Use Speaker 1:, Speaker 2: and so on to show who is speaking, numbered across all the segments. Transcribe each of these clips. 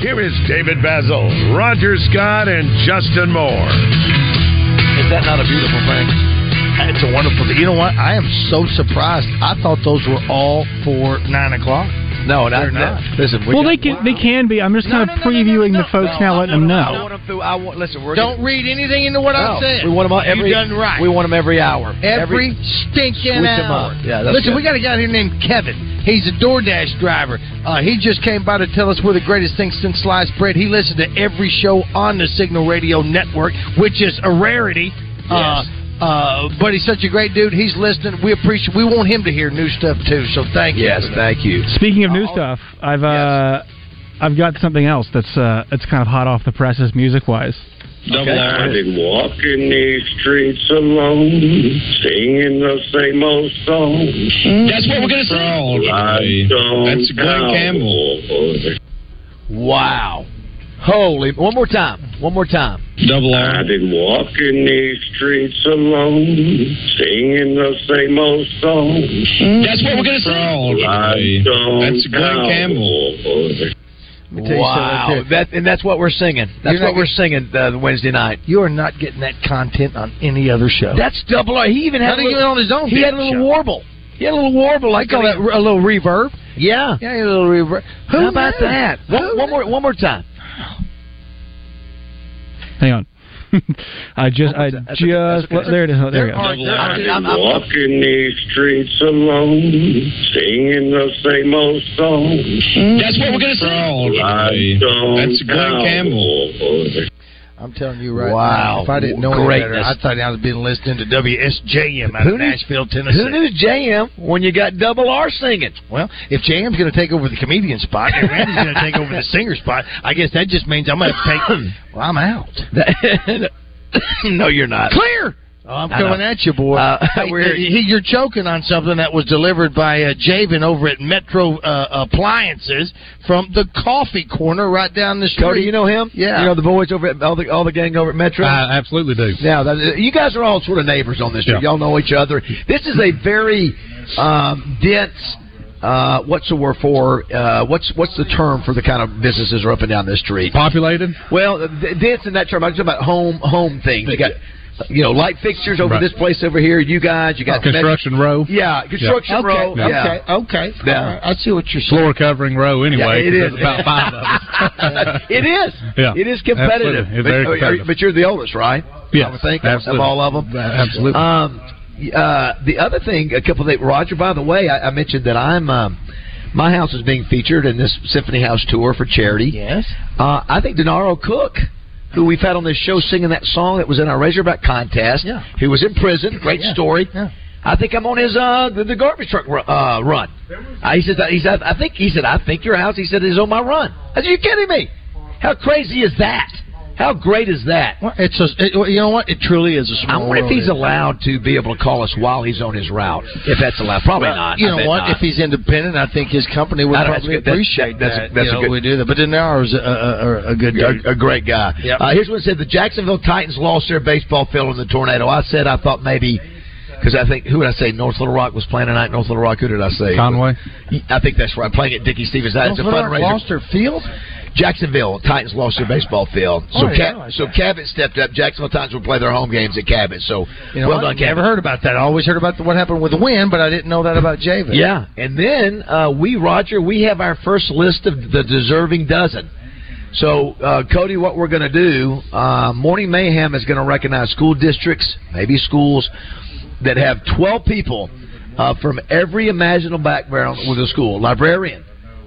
Speaker 1: Here is David Basil, Roger Scott, and Justin Moore.
Speaker 2: Is that not a beautiful thing? It's a wonderful thing. You know what? I am so surprised. I thought those were all for nine o'clock.
Speaker 3: No,
Speaker 2: They're
Speaker 3: not,
Speaker 2: not.
Speaker 3: not. Listen, we
Speaker 4: well,
Speaker 3: got-
Speaker 4: they can they can be. I'm just kind of previewing the folks
Speaker 3: No,
Speaker 4: now,
Speaker 3: I
Speaker 4: letting them
Speaker 3: want- I
Speaker 4: know.
Speaker 3: want them through. I want. Listen, we're
Speaker 2: Don't read anything into what
Speaker 3: No,
Speaker 2: I'm saying.
Speaker 3: We want them every.
Speaker 2: You done right.
Speaker 3: We want them every hour.
Speaker 2: every,
Speaker 3: squeeze
Speaker 2: stinking
Speaker 3: 'em
Speaker 2: hour.
Speaker 3: up. Yeah, that's
Speaker 2: Listen,
Speaker 3: good.
Speaker 2: we got a guy here named Kevin. He's a DoorDash driver. Uh, he just came by to tell us we're the greatest thing since sliced bread. He listened to every show on the Signal Radio Network, which is a rarity. Uh, uh, but he's such a great dude. He's listening. We appreciate. We want him to hear new stuff too. So thank you.
Speaker 3: Yes,
Speaker 2: for that.
Speaker 3: thank you.
Speaker 4: Speaking of new stuff, I've uh, I've got something else that's uh, it's kind of hot off the presses music wise.
Speaker 5: Double R. I've been walking these streets alone, singing the same old song.
Speaker 6: That's what we're gonna sing.
Speaker 5: That's
Speaker 6: Glenn Campbell.
Speaker 3: Wow. Holy! One more time. One more time.
Speaker 6: Double
Speaker 5: I've been walking these streets alone, singing the same old song.
Speaker 6: Mm. That's what we're gonna sing. That's Glenn Campbell.
Speaker 2: Let me tell you something right
Speaker 3: Wow.
Speaker 2: there.
Speaker 3: That and that's what we're singing. That's
Speaker 2: You're not
Speaker 3: what we're singing uh, Wednesday night.
Speaker 2: You are not getting that content on any other show.
Speaker 3: That's double R. He even had
Speaker 2: Not
Speaker 3: a little,
Speaker 2: even on his own
Speaker 3: He had a
Speaker 2: damn
Speaker 3: little
Speaker 2: show.
Speaker 3: warble. He had a little warble.
Speaker 2: I
Speaker 3: Like
Speaker 2: call that
Speaker 3: that.
Speaker 2: a little reverb.
Speaker 3: Yeah.
Speaker 2: Yeah, a little reverb. Who
Speaker 3: How about
Speaker 2: knew?
Speaker 3: that?
Speaker 2: Who
Speaker 3: One, one more. One more time.
Speaker 4: Hang on, I just I
Speaker 3: That's okay, that's
Speaker 4: just
Speaker 3: okay.
Speaker 4: well, there it is. Oh, there we go.
Speaker 2: There are- there
Speaker 5: I've
Speaker 2: are-
Speaker 5: been walking these streets alone, singing the same old song.
Speaker 6: Mm. That's what we're gonna sing. That's Glenn Campbell.
Speaker 2: I'm telling you right
Speaker 3: Wow.
Speaker 2: now. If I didn't know any better,
Speaker 3: Greatness.
Speaker 2: I thought I'd been listening to WSJM out
Speaker 3: Who
Speaker 2: of
Speaker 3: knew-
Speaker 2: Nashville, Tennessee.
Speaker 3: Who knew JM when you got double R singing?
Speaker 2: Well, if JM's going to take over the comedian spot and Randy's going to take over the singer spot, I guess that just means I'm going to take. Well, I'm out.
Speaker 3: no, you're not.
Speaker 2: Clear. Oh, I'm
Speaker 3: I
Speaker 2: coming
Speaker 3: know.
Speaker 2: at you, boy.
Speaker 3: Uh,
Speaker 2: Hey,
Speaker 3: we're-
Speaker 2: he- you're choking on something that was delivered by uh, Javen over at Metro uh, Appliances from the coffee corner right down the street.
Speaker 3: Cody, you know him?
Speaker 2: Yeah.
Speaker 3: You know the boys over at all the all the gang over at Metro.
Speaker 7: I absolutely do.
Speaker 3: Yeah, that, you guys are all sort of neighbors on this.
Speaker 7: Yeah.
Speaker 3: Y'all know each other. This is a very um, dense. Uh, what's the word for? Uh, what's what's the term for the kind of businesses are up and down this street?
Speaker 7: Populated?
Speaker 3: Well, uh, d- dense in that term. I'm talking about home home things. You got you know light fixtures over
Speaker 7: Right.
Speaker 3: this place over here. You guys, you got
Speaker 7: Oh, Construction row?
Speaker 3: Yeah, construction
Speaker 2: Okay,
Speaker 3: row.
Speaker 2: okay,
Speaker 3: Yeah.
Speaker 2: okay.
Speaker 3: Yeah.
Speaker 2: All right, I see what you're saying.
Speaker 7: Floor covering row, anyway.
Speaker 3: Yeah, it
Speaker 7: 'cause
Speaker 3: is.
Speaker 7: there's about five of us.
Speaker 3: it is.
Speaker 7: Yeah.
Speaker 3: It is competitive.
Speaker 7: Absolutely. It's very
Speaker 3: But- uh,
Speaker 7: competitive.
Speaker 3: But you're the oldest, right? I would think of- of
Speaker 7: absolutely.
Speaker 3: all of them.
Speaker 7: Uh, Absolutely.
Speaker 3: Um, uh, the other thing, a couple of things, Roger. By the way, I, I mentioned that I'm um, my house is being featured in this Symphony House tour for charity.
Speaker 2: Yes.
Speaker 3: Uh, I think Denaro Cook, who we've had on this show singing that song that was in our Razorback contest,
Speaker 2: Yeah.
Speaker 3: who was in prison, great
Speaker 2: Yeah,
Speaker 3: story.
Speaker 2: yeah.
Speaker 3: I think I'm on his uh, the, the garbage truck ru- uh, run. Uh, he says he said I think he said I think your house. He said is on my run. I said, Are you kidding me? How crazy is that? How great is that?
Speaker 2: Well, it's a, it, well, you know what? It truly is a
Speaker 3: I
Speaker 2: small.
Speaker 3: wonder if
Speaker 2: world,
Speaker 3: he's
Speaker 2: isn't it?
Speaker 3: allowed to be able to call us while he's on his route. If that's allowed, probably
Speaker 2: Well,
Speaker 3: not.
Speaker 2: You
Speaker 3: I
Speaker 2: know
Speaker 3: bet
Speaker 2: what?
Speaker 3: not.
Speaker 2: If he's independent, I think his company would
Speaker 3: I know, that's
Speaker 2: probably
Speaker 3: good. That's-
Speaker 2: appreciate
Speaker 3: that's-
Speaker 2: that.
Speaker 3: that's
Speaker 2: you
Speaker 3: a
Speaker 2: know,
Speaker 3: good-
Speaker 2: we do that. But Denaro's a, a, a, a good dude.
Speaker 3: a, a great guy.
Speaker 2: Yep.
Speaker 3: Uh, here's what it said: the Jacksonville Titans lost their baseball field in the tornado. I said I thought maybe because I think who did I say North Little Rock was playing tonight? North Little Rock. Who did I say?
Speaker 7: Conway?
Speaker 3: I think that's right. Playing at Dickie Stevens. That's a
Speaker 2: North Little Rock
Speaker 3: fundraiser.
Speaker 2: lost their field.
Speaker 3: Jacksonville Titans lost their baseball field, so
Speaker 2: Oh, I
Speaker 3: Ca-
Speaker 2: realize
Speaker 3: so
Speaker 2: that.
Speaker 3: Cabot stepped up. Jacksonville Titans will play their home games at Cabot. So
Speaker 2: You know,
Speaker 3: well
Speaker 2: I
Speaker 3: done, Cabot.
Speaker 2: never heard about that. I always heard about the, what happened with the win, but I didn't know that about Javen.
Speaker 3: Yeah, and then uh, we, Roger, we have our first list of the deserving dozen. So, uh, Cody, what we're going to do, uh, Morning Mayhem is going to recognize school districts, maybe schools, that have 12 people uh, from every imaginable background with a school librarian,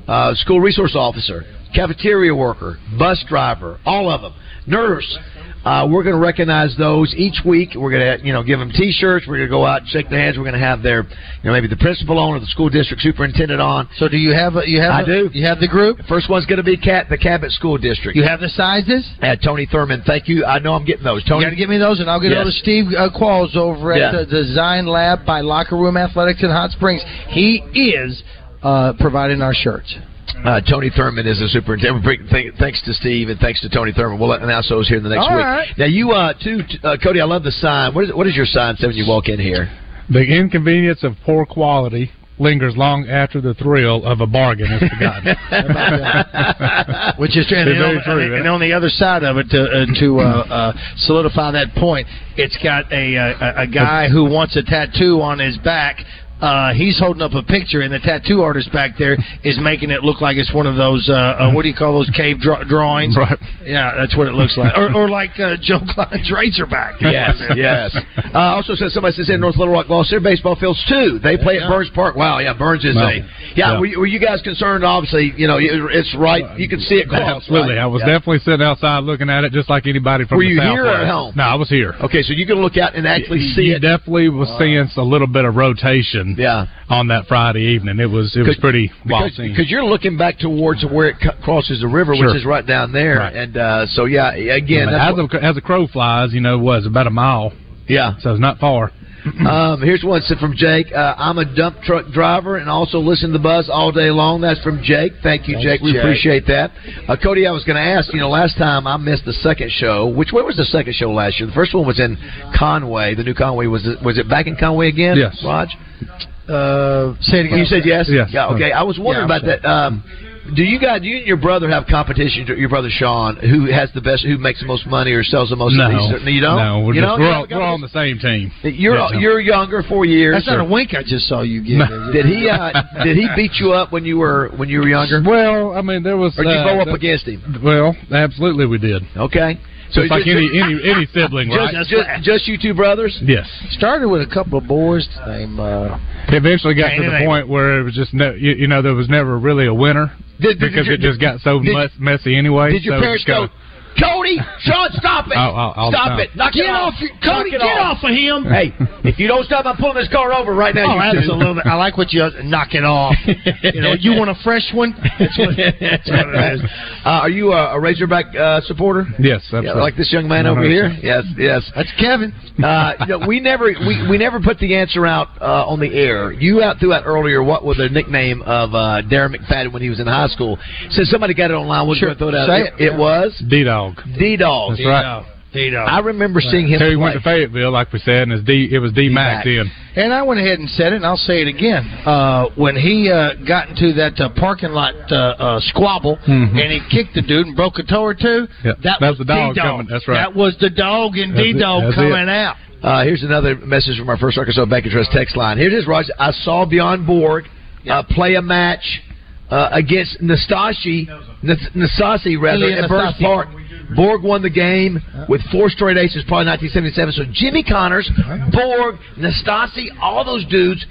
Speaker 3: uh, school resource officer, cafeteria worker, bus driver, all of them, nurse. Uh, we're going to recognize those each week. We're going to, you know, give them T-shirts. We're going to go out and shake their hands. We're going to have their, you know, maybe the principal on or the school district superintendent on.
Speaker 2: So do you have a, you have
Speaker 3: I
Speaker 2: a-
Speaker 3: do.
Speaker 2: You have the group.
Speaker 3: First one's going to be Cat the Cabot School District.
Speaker 2: You have the sizes.
Speaker 3: Uh, Tony Thurman, thank you. I know I'm getting those. Tony,
Speaker 2: You got to give me those, and I'll get
Speaker 3: Yes.
Speaker 2: all to Steve uh, Qualls over at
Speaker 3: Yeah.
Speaker 2: the Design Lab by Locker Room Athletics in Hot Springs. He is uh, providing our shirts.
Speaker 3: Uh, Tony Thurman is the superintendent. Big thank- Thanks to Steve and thanks to Tony Thurman. We'll announce those here in the next
Speaker 2: All
Speaker 3: week.
Speaker 2: right.
Speaker 3: Now you uh, too, t- uh, Cody. I love the sign. What is, what is your sign say when you walk in here?
Speaker 7: The inconvenience of poor quality lingers long after the thrill of a bargain is forgotten.
Speaker 2: Which is and,
Speaker 7: They're
Speaker 2: and,
Speaker 7: very
Speaker 2: on,
Speaker 7: true,
Speaker 2: and,
Speaker 7: yeah.
Speaker 2: and on the other side of it to uh, to uh, uh, solidify that point, it's got a, uh, a a guy who wants a tattoo on his back. Uh, he's holding up a picture, and the tattoo artist back there is making it look like it's one of those uh, uh, what do you call those cave draw- drawings?
Speaker 7: Right.
Speaker 2: Yeah, that's what it looks like, or, or like uh, Joe Klein's Razorback.
Speaker 3: Yes, yes. Uh, also says somebody says in North Little Rock lost their baseball fields too. They play at Burns Park. Wow, yeah, Burns is
Speaker 7: Wow.
Speaker 3: a. Yeah,
Speaker 7: Yeah.
Speaker 3: Were, you- were you guys concerned? Obviously, you know, it- it's right. You can see it. Cross,
Speaker 7: Absolutely.
Speaker 3: right?
Speaker 7: I was
Speaker 3: Yeah.
Speaker 7: definitely sitting outside looking at it just like anybody from
Speaker 3: Were
Speaker 7: the
Speaker 3: you
Speaker 7: South
Speaker 3: here or at
Speaker 7: West.
Speaker 3: home?
Speaker 7: No, I was here.
Speaker 3: Okay, so you can look out and actually
Speaker 7: You-
Speaker 3: see
Speaker 7: you
Speaker 3: it. Uh,
Speaker 7: definitely was seeing a little bit of rotation
Speaker 3: Yeah.
Speaker 7: on that Friday evening. It was it was pretty wild
Speaker 3: because,
Speaker 7: scene.
Speaker 3: because you're looking back towards where it co- crosses the river,
Speaker 7: Sure.
Speaker 3: which is right down there.
Speaker 7: Right.
Speaker 3: And uh, so, yeah, again,
Speaker 7: But
Speaker 3: that's
Speaker 7: as, a, as a crow flies, you know, was about a mile,
Speaker 3: what- yeah.
Speaker 7: so it's not far.
Speaker 3: Um, here's one sent from Jake. Uh, I'm a dump truck driver and also listen to the buzz all day long. That's from Jake. Thank you, Jake. We
Speaker 2: Jake.
Speaker 3: appreciate that. Uh, Cody, I was going to ask. You know, last time I missed the second show. Which what was the second show last year? The first one was in Conway. The new Conway was it, was it back in Conway again?
Speaker 7: Yes.
Speaker 3: Raj.
Speaker 2: Uh, say it again.
Speaker 3: You said yes.
Speaker 7: Yes.
Speaker 3: Yeah. Okay. I was wondering
Speaker 2: Yeah, I'm
Speaker 3: about that. Um, do you guys, do you and your brother have competition? Your brother Sean, who has the best, who makes the most money or sells the most?
Speaker 7: No,
Speaker 3: of these? certain- Oh, you don't.
Speaker 7: No, we're,
Speaker 3: you
Speaker 7: just,
Speaker 3: don't?
Speaker 7: we're,
Speaker 3: You
Speaker 7: all,
Speaker 3: haven't got
Speaker 7: we're all on
Speaker 3: this-
Speaker 7: the same team.
Speaker 3: You're
Speaker 7: Yeah, so-
Speaker 3: you're younger, four years.
Speaker 2: That's not
Speaker 3: or-
Speaker 2: a wink I just saw you give.
Speaker 7: No.
Speaker 3: did he uh, did he beat you up when you were when you were younger?
Speaker 7: Well, I mean, there was.
Speaker 3: Or did you
Speaker 7: uh,
Speaker 3: go up
Speaker 7: the-
Speaker 3: against him?
Speaker 7: Well, absolutely, we did.
Speaker 3: Okay.
Speaker 7: So it's like
Speaker 3: just,
Speaker 7: any any any sibling, right?
Speaker 3: just, just, just you two brothers.
Speaker 7: yes.
Speaker 2: Started with a couple of boys named. Uh,
Speaker 7: It eventually got to
Speaker 2: Man, it
Speaker 7: the
Speaker 2: ain't-
Speaker 7: point where it was just no, you, you know, there was never really a winner
Speaker 3: Did, did-
Speaker 7: because it
Speaker 3: did,
Speaker 7: just got so
Speaker 3: did-
Speaker 7: mess, messy anyway.
Speaker 3: Did your
Speaker 7: so it
Speaker 3: parents
Speaker 7: just
Speaker 3: go?
Speaker 7: kinda-
Speaker 3: Cody, Sean, stop it!
Speaker 7: Oh, oh, all the
Speaker 3: stop
Speaker 7: time.
Speaker 3: it! Knock it off! Knock it
Speaker 2: of him.
Speaker 3: Hey, if you don't stop, I'm pulling this car over right now.
Speaker 2: Oh,
Speaker 3: you two.
Speaker 2: absolutely. I like what you knock it off. You know, you want a fresh one? That's what, that's what it is.
Speaker 3: Uh, are you a, a Razorback uh, supporter?
Speaker 7: Yes,
Speaker 3: Yeah,
Speaker 7: absolutely.
Speaker 3: like this young man over here. Yes, yes.
Speaker 2: That's Kevin.
Speaker 3: Uh, you know, we never we, we never put the answer out uh, on the air. You out threw out earlier what was the nickname of uh, Darren McFadden when he was in high school. Since somebody got it online, we'll
Speaker 2: Sure.
Speaker 3: throw it out.
Speaker 2: Say
Speaker 3: It, it
Speaker 2: it.
Speaker 3: was
Speaker 7: D Dog.
Speaker 3: D Dog.
Speaker 7: That's right.
Speaker 2: Dino.
Speaker 3: I remember seeing him.
Speaker 7: Until he went to
Speaker 3: play.
Speaker 7: Fayetteville, like we said, and it's D, it was D Mac
Speaker 3: D-Mac.
Speaker 7: then.
Speaker 2: And I went ahead and said it, and I'll say it again. Uh, when he uh, got into that uh, parking lot uh, uh, squabble
Speaker 7: Mhm.
Speaker 2: and he kicked the dude and broke a toe or two,
Speaker 7: Yeah,
Speaker 2: that,
Speaker 7: that
Speaker 2: was
Speaker 7: was the dog
Speaker 2: D-Dog.
Speaker 7: coming, that's right.
Speaker 2: That was the dog and
Speaker 7: That's it,
Speaker 2: D Dog
Speaker 7: that's
Speaker 2: coming
Speaker 7: it.
Speaker 2: out.
Speaker 3: Uh, here's another message from our first Arkansas Bank and Trust text line. Here it is, Raj. I saw Beyond Borg uh, play a match uh, against Nastashi, Nas- Nasasi rather,
Speaker 2: Ilya
Speaker 3: at Burns
Speaker 2: Nastasi.
Speaker 3: Park. Borg won the game with four straight aces, probably 1977. So Jimmy Connors, Borg, Nastasi, all those dudes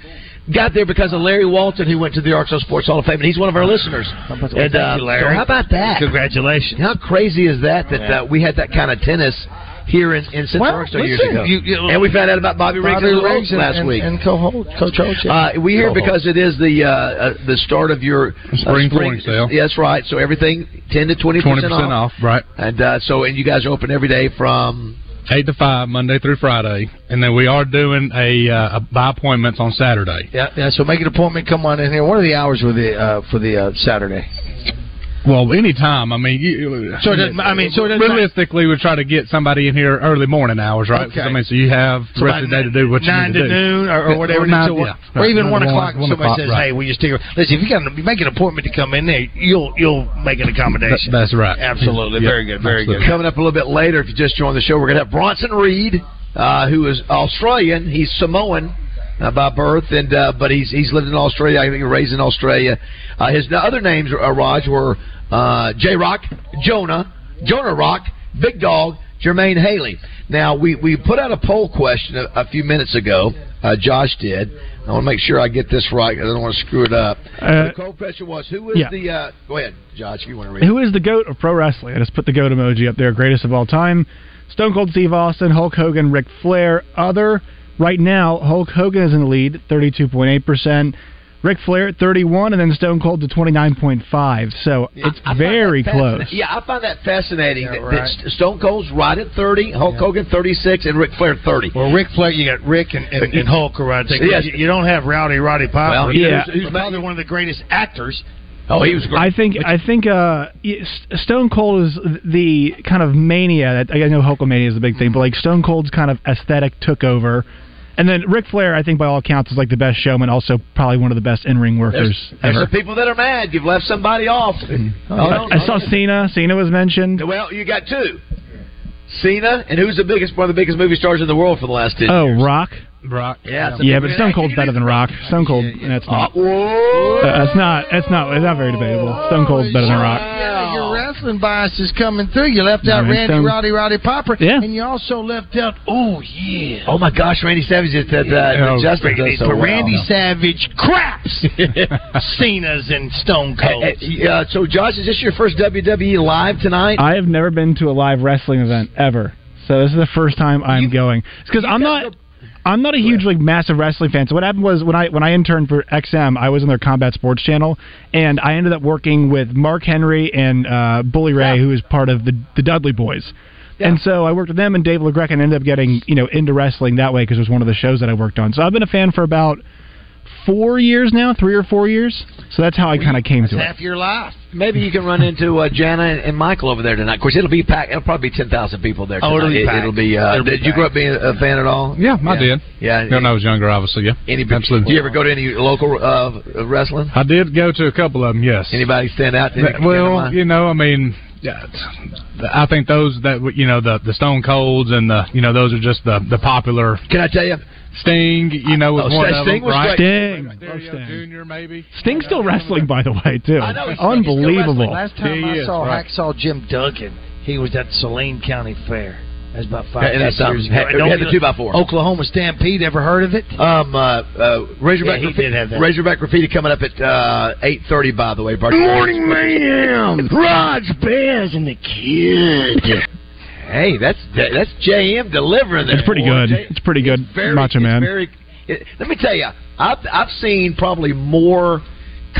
Speaker 3: got there because of Larry Walton, who went to the Arkansas Sports Hall of Fame, and he's one of our listeners.
Speaker 2: about-
Speaker 3: And, uh,
Speaker 2: Thank you, Larry.
Speaker 3: So how about that?
Speaker 2: Congratulations.
Speaker 3: How crazy is that that uh, we had that kind of tennis here in, in Central
Speaker 2: Well,
Speaker 3: Arkansas years
Speaker 2: listen,
Speaker 3: ago?
Speaker 2: you- you-
Speaker 3: and we found out about Bobby Riggs and the Rhodes
Speaker 2: Riggs and-
Speaker 3: last
Speaker 2: and-
Speaker 3: week.
Speaker 2: And co Coach Holtz. yeah.
Speaker 3: uh, we here because it is the uh, uh, the start of your uh,
Speaker 7: Spring flooring sale.
Speaker 3: Yeah, that's right. So everything ten to twenty
Speaker 7: Twenty
Speaker 3: percent
Speaker 7: percent off. right?
Speaker 3: And uh, so and you guys are open every day from
Speaker 7: Eight to five, Monday through Friday, and then we are doing a, uh, a by appointments on Saturday.
Speaker 2: yeah, yeah, so make an appointment. Come on in here. What are the hours with the uh, for the uh, Saturday?
Speaker 7: Well, any time. I mean, you,
Speaker 2: So it doesn't- I mean, so it doesn't-
Speaker 7: realistically, we try to get somebody in here early morning hours, right? 'Cause,
Speaker 2: Okay.
Speaker 7: I mean, so you have the rest of the day to do what you
Speaker 2: nine
Speaker 7: need to,
Speaker 2: to
Speaker 7: do.
Speaker 2: noon or, or
Speaker 7: Yeah,
Speaker 2: whatever,
Speaker 7: or nine-
Speaker 2: until-
Speaker 7: yeah,
Speaker 2: or
Speaker 7: right.
Speaker 2: even one,
Speaker 7: One
Speaker 2: o'clock.
Speaker 7: o'clock,
Speaker 2: somebody says,
Speaker 7: right.
Speaker 2: "Hey, will you stick?" around?" Listen, if you got you make an appointment to come in there, you'll you'll make an accommodation.
Speaker 7: Th- that's right.
Speaker 2: Absolutely,
Speaker 7: Yeah,
Speaker 2: very good, very
Speaker 7: absolutely.
Speaker 2: good.
Speaker 3: coming up a little bit later. If you just joined the show, we're going to have Bronson Reed, uh, who is Australian. He's Samoan uh, by birth, and uh, but he's he's lived in Australia. I think raised in Australia. Uh, his other names, uh, Raj, were uh, J Rock, Jonah, Jonah Rock, Big Dog, Jermaine Haley. Now we we put out a poll question a, a few minutes ago. uh, Josh did. I want to make sure I get this right 'cause I don't want to screw it up.
Speaker 4: Uh,
Speaker 3: the cold question was who was
Speaker 4: yeah.
Speaker 3: the. Uh, go ahead, Josh, if you want to read.
Speaker 4: Who is the goat of pro wrestling? I just put the goat emoji up there. Greatest of all time: Stone Cold Steve Austin, Hulk Hogan, Ric Flair. Other right now, Hulk Hogan is in the lead, thirty-two point eight percent. Ric Flair at thirty-one, and then Stone Cold to twenty-nine point five. So it's very
Speaker 3: Fascina-
Speaker 4: close.
Speaker 3: Yeah, I find that fascinating. that,
Speaker 4: right.
Speaker 3: that S- Stone Cold's right at 30, Hulk Hogan 36, and Ric Flair 30.
Speaker 2: Well, Ric Flair, you got Rick and, and, and Hulk are right there.
Speaker 3: Yes.
Speaker 2: You, you don't have Rowdy Roddy Piper.
Speaker 3: Well, yeah. Oh,
Speaker 2: who's, who's probably one of the greatest actors.
Speaker 4: I think I think uh, y- S- Stone Cold is the kind of mania that I know Hulkamania is the big thing, but like Stone Cold's kind of aesthetic took over. And then Ric Flair, I think by all accounts, is like the best showman, also probably one of the best in-ring workers
Speaker 3: There's
Speaker 4: ever. Mm-hmm.
Speaker 3: some people that are mad. You've left somebody off. Oh, no,
Speaker 4: I, I saw Cena. Cena was mentioned.
Speaker 3: Well, you got two. Cena, and who's the biggest one of the biggest movie stars in the world for the last 10
Speaker 4: Oh, Rock.
Speaker 7: Rock.
Speaker 3: Yeah,
Speaker 4: Yeah, but Stone Cold's better than Rock. Stone Cold, that's not.
Speaker 3: Uh,
Speaker 4: That's not. That's not. It's not very debatable. Stone Cold's better than Rock.
Speaker 2: Yeah, your wrestling bias is coming through. You left out
Speaker 4: No, it's
Speaker 2: Randy
Speaker 4: done.
Speaker 2: Roddy Roddy Piper,
Speaker 4: Yeah.
Speaker 2: and you also left out. Oh yeah.
Speaker 3: Oh, my gosh, Randy Savage is that uh,
Speaker 2: Oh,
Speaker 3: Justin
Speaker 2: Randy-
Speaker 3: does so
Speaker 2: but
Speaker 3: well.
Speaker 2: Randy Savage craps Cena's and Stone Cold.
Speaker 3: Hey, hey, yeah, so, Josh, is this your first WWE live tonight?
Speaker 4: uh, I have never been to a live wrestling event ever, so this is the first time I'm going. Because I'm not, I'm not a huge like massive wrestling fan. So what happened was when I when I interned for XM, I was on their Combat Sports channel, and I ended up working with Mark Henry and uh, Bully Ray, who is part of the the Dudley Boys. And so I worked with them and Dave LaGreca and ended up getting you know into wrestling that way because it was one of the shows that I worked on. So I've been a fan for about four years now, three or four years. So that's how I kind of came to it.
Speaker 2: half your life.
Speaker 3: Maybe you can run into uh, Jana and, and Michael over there tonight. Of course, it'll be packed. It'll probably be ten thousand people there. Tonight.
Speaker 7: Oh, it'll be
Speaker 3: It-
Speaker 7: packed.
Speaker 3: it'll be, uh,
Speaker 7: It'll be
Speaker 3: did you grow up being a fan at all?
Speaker 7: Yeah, I did.
Speaker 3: Yeah,
Speaker 7: when I was younger, obviously. Yeah,
Speaker 3: Any,
Speaker 7: absolutely.
Speaker 3: Do you ever go to any local uh, wrestling?
Speaker 7: I did go to a couple of them. Yes.
Speaker 3: Anybody stand out? to you?
Speaker 7: But- well, you know, I mean, yeah, I think those that you know the the Stone Colds and the you know those are just the the popular.
Speaker 3: Can I tell you?
Speaker 7: Sting, you know, was
Speaker 4: Oh,
Speaker 7: one of
Speaker 4: Sting
Speaker 7: them,
Speaker 4: was
Speaker 7: right?
Speaker 4: great. Sting.
Speaker 7: Junior, maybe.
Speaker 4: Sting's still wrestling, by the way, too.
Speaker 2: I know, he's- he's still
Speaker 4: Unbelievable.
Speaker 2: wrestling. Last time I saw Hacksaw Jim Duggan, he was at Saline County Fair. That's about five
Speaker 3: Yeah, and that's
Speaker 2: six years
Speaker 3: something.
Speaker 2: ago.
Speaker 3: Had-
Speaker 2: Don't
Speaker 3: had the
Speaker 2: you-
Speaker 3: two-by-four.
Speaker 2: Oklahoma Stampede. Ever heard of it?
Speaker 3: Um, uh, uh, Razorback
Speaker 2: Yeah, he
Speaker 3: Graffiti,
Speaker 2: did have that.
Speaker 3: Razorback Graffiti coming up at uh, eight thirty. By the way, Bart.
Speaker 8: Morning mayhem. Raj Bears and the kid.
Speaker 3: Hey, that's that's JM delivering. There.
Speaker 4: It's pretty
Speaker 3: Boy,
Speaker 4: good.
Speaker 3: J-
Speaker 4: It's pretty good.
Speaker 3: very-
Speaker 4: Macho
Speaker 3: it's
Speaker 4: Man.
Speaker 3: very- it- let me tell you, I've I've seen probably more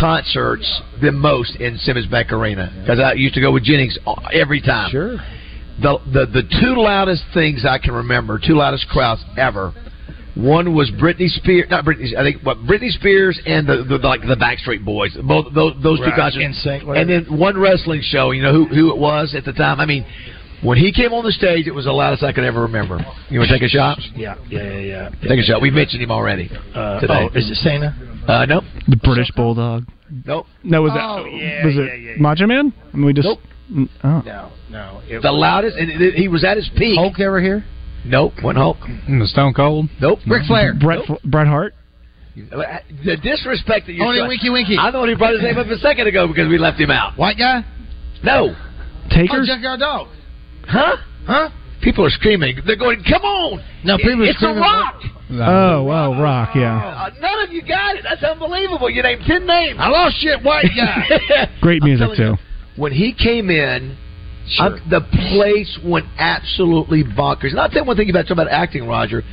Speaker 3: concerts than most in Simmons Bank Arena because I used to go with Jennings uh, every time. Sure. The, the the two loudest things I can remember, two loudest crowds ever. One was Britney Spears, not Britney. I think what Britney Spears and the, the like the Backstreet Boys. Both those, those two
Speaker 2: Right.
Speaker 3: concerts,
Speaker 2: NSYNC,
Speaker 3: and
Speaker 2: whatever.
Speaker 3: then one wrestling show. You know who who it was at the time. I mean, when he came on the stage, it was the loudest I could ever remember. You want to take a shot?
Speaker 2: Yeah, yeah, yeah. yeah.
Speaker 3: Take a shot. We mentioned him already.
Speaker 2: Uh,
Speaker 3: today.
Speaker 2: oh, is it Cena?
Speaker 3: Uh, no.
Speaker 4: The British Bulldog.
Speaker 3: Nope.
Speaker 4: No, was
Speaker 2: Oh,
Speaker 4: it
Speaker 2: yeah,
Speaker 4: was
Speaker 2: yeah,
Speaker 4: it
Speaker 2: yeah, yeah.
Speaker 4: Macho Man? I mean, we just
Speaker 3: Nope.
Speaker 4: N- oh.
Speaker 2: No, no. It
Speaker 3: The
Speaker 2: was-
Speaker 3: loudest, and it- he was at his peak.
Speaker 2: Hulk ever here?
Speaker 3: Nope. Wasn't Hulk.
Speaker 7: And the Stone Cold.
Speaker 3: Nope.
Speaker 2: Ric Flair.
Speaker 4: Bret Bret Hart.
Speaker 3: The disrespect that you
Speaker 2: Only
Speaker 3: showed-
Speaker 2: Winky Winky.
Speaker 3: I thought he brought his name up a second ago because we left him out.
Speaker 2: White guy?
Speaker 3: No.
Speaker 4: Taker.
Speaker 2: Oh, Jack our dog.
Speaker 3: Huh?
Speaker 2: Huh?
Speaker 3: People are screaming. They're going, come on.
Speaker 2: No, people are
Speaker 3: It's a
Speaker 2: screaming,
Speaker 3: rock.
Speaker 4: oh, wow, Rock. Yeah,
Speaker 3: Uh, none of you got it. That's unbelievable. You named 10 names.
Speaker 2: I lost shit, white guy.
Speaker 4: great music too.
Speaker 3: when he came in, I'm- the place went absolutely bonkers. Not that one thing about talking about acting, Roger.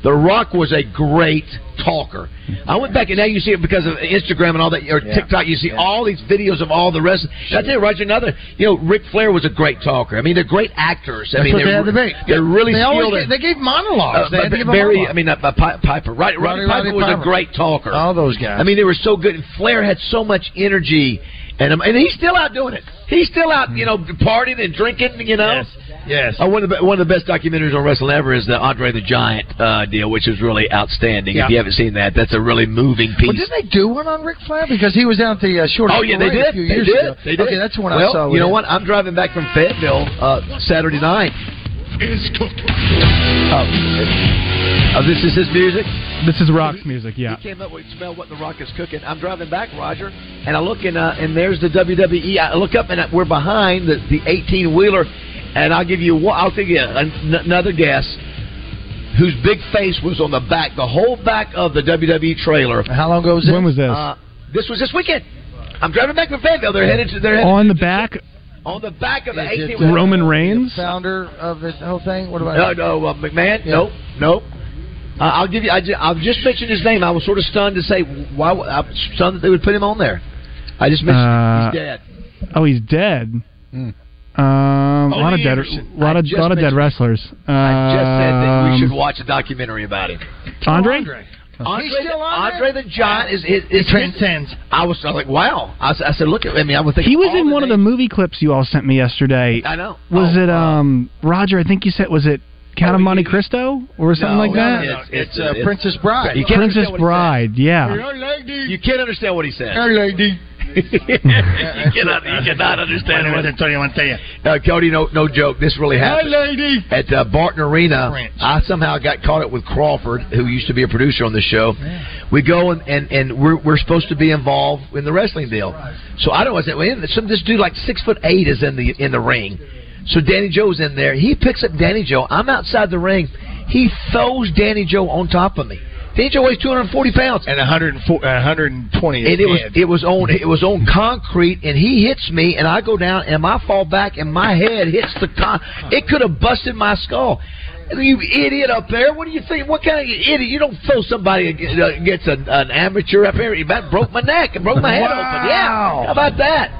Speaker 3: The Rock was a great talker. I went back, and now you see it because of Instagram and all that, or TikTok. You see all these videos of all the rest. And I tell you, Roger, another, you know, Ric Flair was a great talker. I mean, they're great actors. I
Speaker 2: That's
Speaker 3: mean,
Speaker 2: what they
Speaker 3: they're,
Speaker 2: had to be.
Speaker 3: they're really
Speaker 2: they
Speaker 3: skilled.
Speaker 2: always gave,
Speaker 3: at-
Speaker 2: they gave
Speaker 3: uh,
Speaker 2: monologues. they had to give a
Speaker 3: Barry,
Speaker 2: monologue.
Speaker 3: I mean, uh, uh, Pi- Piper. Right, Roddy,
Speaker 2: Roddy-
Speaker 3: Piper
Speaker 2: Roddy
Speaker 3: was a
Speaker 2: Piper.
Speaker 3: great talker.
Speaker 2: all those guys.
Speaker 3: I mean, they were so good, and Flair had so much energy, and um, and he's still out doing it. He's still out, you know, partying and drinking. You know,
Speaker 2: yes.
Speaker 3: Uh, one of the be- one of the best documentaries on wrestling ever is the Andre the Giant uh, deal, which is really outstanding.
Speaker 2: Yeah.
Speaker 3: If you haven't seen that, that's a really moving
Speaker 2: Well,
Speaker 3: piece.
Speaker 2: didn't they do one on Ric Flair? Because he was out at the uh, short
Speaker 3: Oh yeah, they
Speaker 2: Parade
Speaker 3: did.
Speaker 2: a few
Speaker 3: They
Speaker 2: years
Speaker 3: did.
Speaker 2: ago.
Speaker 3: They did.
Speaker 2: Okay, that's when
Speaker 3: well,
Speaker 2: I saw.
Speaker 3: You know
Speaker 2: it.
Speaker 3: what? I'm driving back from Fayetteville uh, Saturday night.
Speaker 8: Is cooked.
Speaker 3: Oh, this is his music.
Speaker 4: This is Rock's music. Yeah,
Speaker 3: He came up with smell what the rock is cooking. I'm driving back, Roger, and I look and uh, and there's the WWE. I look up and I, we're behind the the 18 wheeler, and I'll give you one. I'll give you an, another guess. whose big face was on the back, the whole back of the WWE trailer.
Speaker 2: How long ago was
Speaker 4: When was this?
Speaker 3: Uh, this was this weekend. I'm driving back from Fayetteville. They're headed to. They're headed
Speaker 4: on the back,
Speaker 3: on the back of the
Speaker 2: Is it,
Speaker 3: 18.
Speaker 2: uh,
Speaker 4: Roman Reigns.
Speaker 2: The founder of this whole thing. What
Speaker 3: No,
Speaker 2: about?
Speaker 3: no, uh, McMahon.
Speaker 2: Yeah.
Speaker 3: Nope, nope. Uh, I'll give you. I ju- I've just mentioned his name. I was sort of stunned to say why. I'm stunned that they would put him on there. I just mentioned
Speaker 4: Uh,
Speaker 3: he's dead.
Speaker 4: Oh, he's dead. Um, a lot of dead,
Speaker 3: Ole Hmm. Oh, Anderson.
Speaker 4: lot
Speaker 3: I
Speaker 4: of,
Speaker 3: just
Speaker 4: lot of dead
Speaker 3: mentioned-
Speaker 4: wrestlers.
Speaker 3: I just said that we
Speaker 4: Um,
Speaker 3: should watch a documentary about him.
Speaker 4: Andre?
Speaker 3: Andre,
Speaker 2: still
Speaker 3: the,
Speaker 2: on
Speaker 3: Andre the Giant is, is, is
Speaker 2: transcends.
Speaker 3: I was, I was like, wow. I, s- I said, look at. I mean, I was thinking
Speaker 4: He was
Speaker 3: all
Speaker 4: in one of the
Speaker 3: names-
Speaker 4: movie clips you all sent me yesterday.
Speaker 3: I know.
Speaker 4: Was
Speaker 3: Oh,
Speaker 4: it
Speaker 3: wow.
Speaker 4: um Roger? I think you said was it Count of
Speaker 3: Oh,
Speaker 4: Monte
Speaker 3: yeah.
Speaker 4: Cristo or something
Speaker 3: No,
Speaker 4: like
Speaker 3: no,
Speaker 4: that?
Speaker 3: no,
Speaker 2: It's, it's, uh, Princess Bride.
Speaker 3: You can't
Speaker 4: Princess
Speaker 3: understand what
Speaker 4: Bride.
Speaker 3: he said.
Speaker 4: Yeah.
Speaker 2: lady.
Speaker 3: You can't understand what he said.
Speaker 2: lady.
Speaker 3: you, cannot, you cannot understand what Uh, Cody, no, no joke. This really happened.
Speaker 2: lady.
Speaker 3: At uh, Barton Arena,
Speaker 2: French.
Speaker 3: I somehow got caught up with Crawford, who used to be a producer on the show. We go and, and, and we're, we're supposed to be involved in the wrestling deal. So I don't know. I said, well, in- Some this dude like six foot eight is in the in the ring. So Danny Joe's in there. He picks up Danny Joe. I'm outside the ring. He throws Danny Joe on top of me. Danny Joe weighs 240 pounds.
Speaker 2: And 104, 120.
Speaker 3: And it was it was on it was on concrete, and he hits me, and I go down, and I fall back, and my head hits the con. It could have busted my skull. You idiot up there! What do you think? What kind of idiot? You don't throw somebody ag- uh, against an, an amateur up here. You about broke my neck and broke my head open. Yeah, how about that?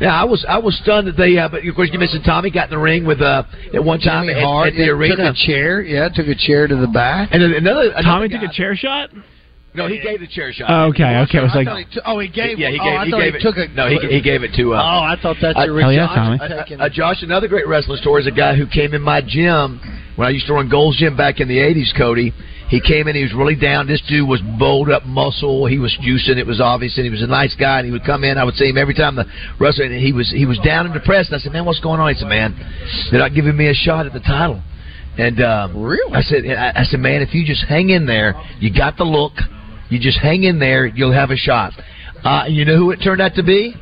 Speaker 3: Yeah, I was I was stunned that they. Uh, but of course, you mentioned Tommy got in the ring with uh at one time
Speaker 2: Tommy
Speaker 3: at,
Speaker 2: Hart
Speaker 3: at the
Speaker 2: it
Speaker 3: arena.
Speaker 2: Took a chair. Yeah, took a chair to the back.
Speaker 3: And another, another
Speaker 4: Tommy
Speaker 3: guy-
Speaker 4: took a chair shot.
Speaker 3: No, he gave the chair shot.
Speaker 4: Oh, okay, okay. I was like,
Speaker 2: thought he took- oh, he gave.
Speaker 3: yeah, he
Speaker 2: oh,
Speaker 3: gave,
Speaker 2: I
Speaker 3: he
Speaker 2: thought
Speaker 3: gave
Speaker 2: he
Speaker 3: it.
Speaker 2: took a.
Speaker 3: no, he, he gave it to.
Speaker 2: Oh,
Speaker 3: Uh,
Speaker 2: I thought that's
Speaker 3: Uh,
Speaker 2: your.
Speaker 4: hell yeah, Tommy.
Speaker 3: Uh, uh, Josh, another great wrestling story is a guy who came in my gym when I used to run Gold's Gym back in the '80s. Cody, he came in, he was really down. This dude was bowled up muscle. He was juicing. It was obvious, and he was a nice guy. And he would come in. I would see him every time the wrestler. And he was he was down and depressed. And I said, "Man, what's going on?" He said, "Man, they're not giving me a shot at the title." And um, really, I said, I, I said, man, if you just hang in there, you got the look. You just hang in there, you'll have a shot. Uh, you know who it turned out to be?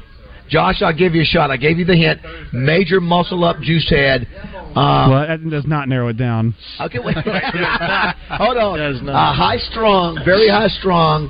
Speaker 3: Josh, I'll give you a shot. I gave you the hint. Major muscle up juice head. Uh,
Speaker 4: well, that does not narrow it down.
Speaker 3: okay, wait. Hold on. Uh, high strong, very high strong.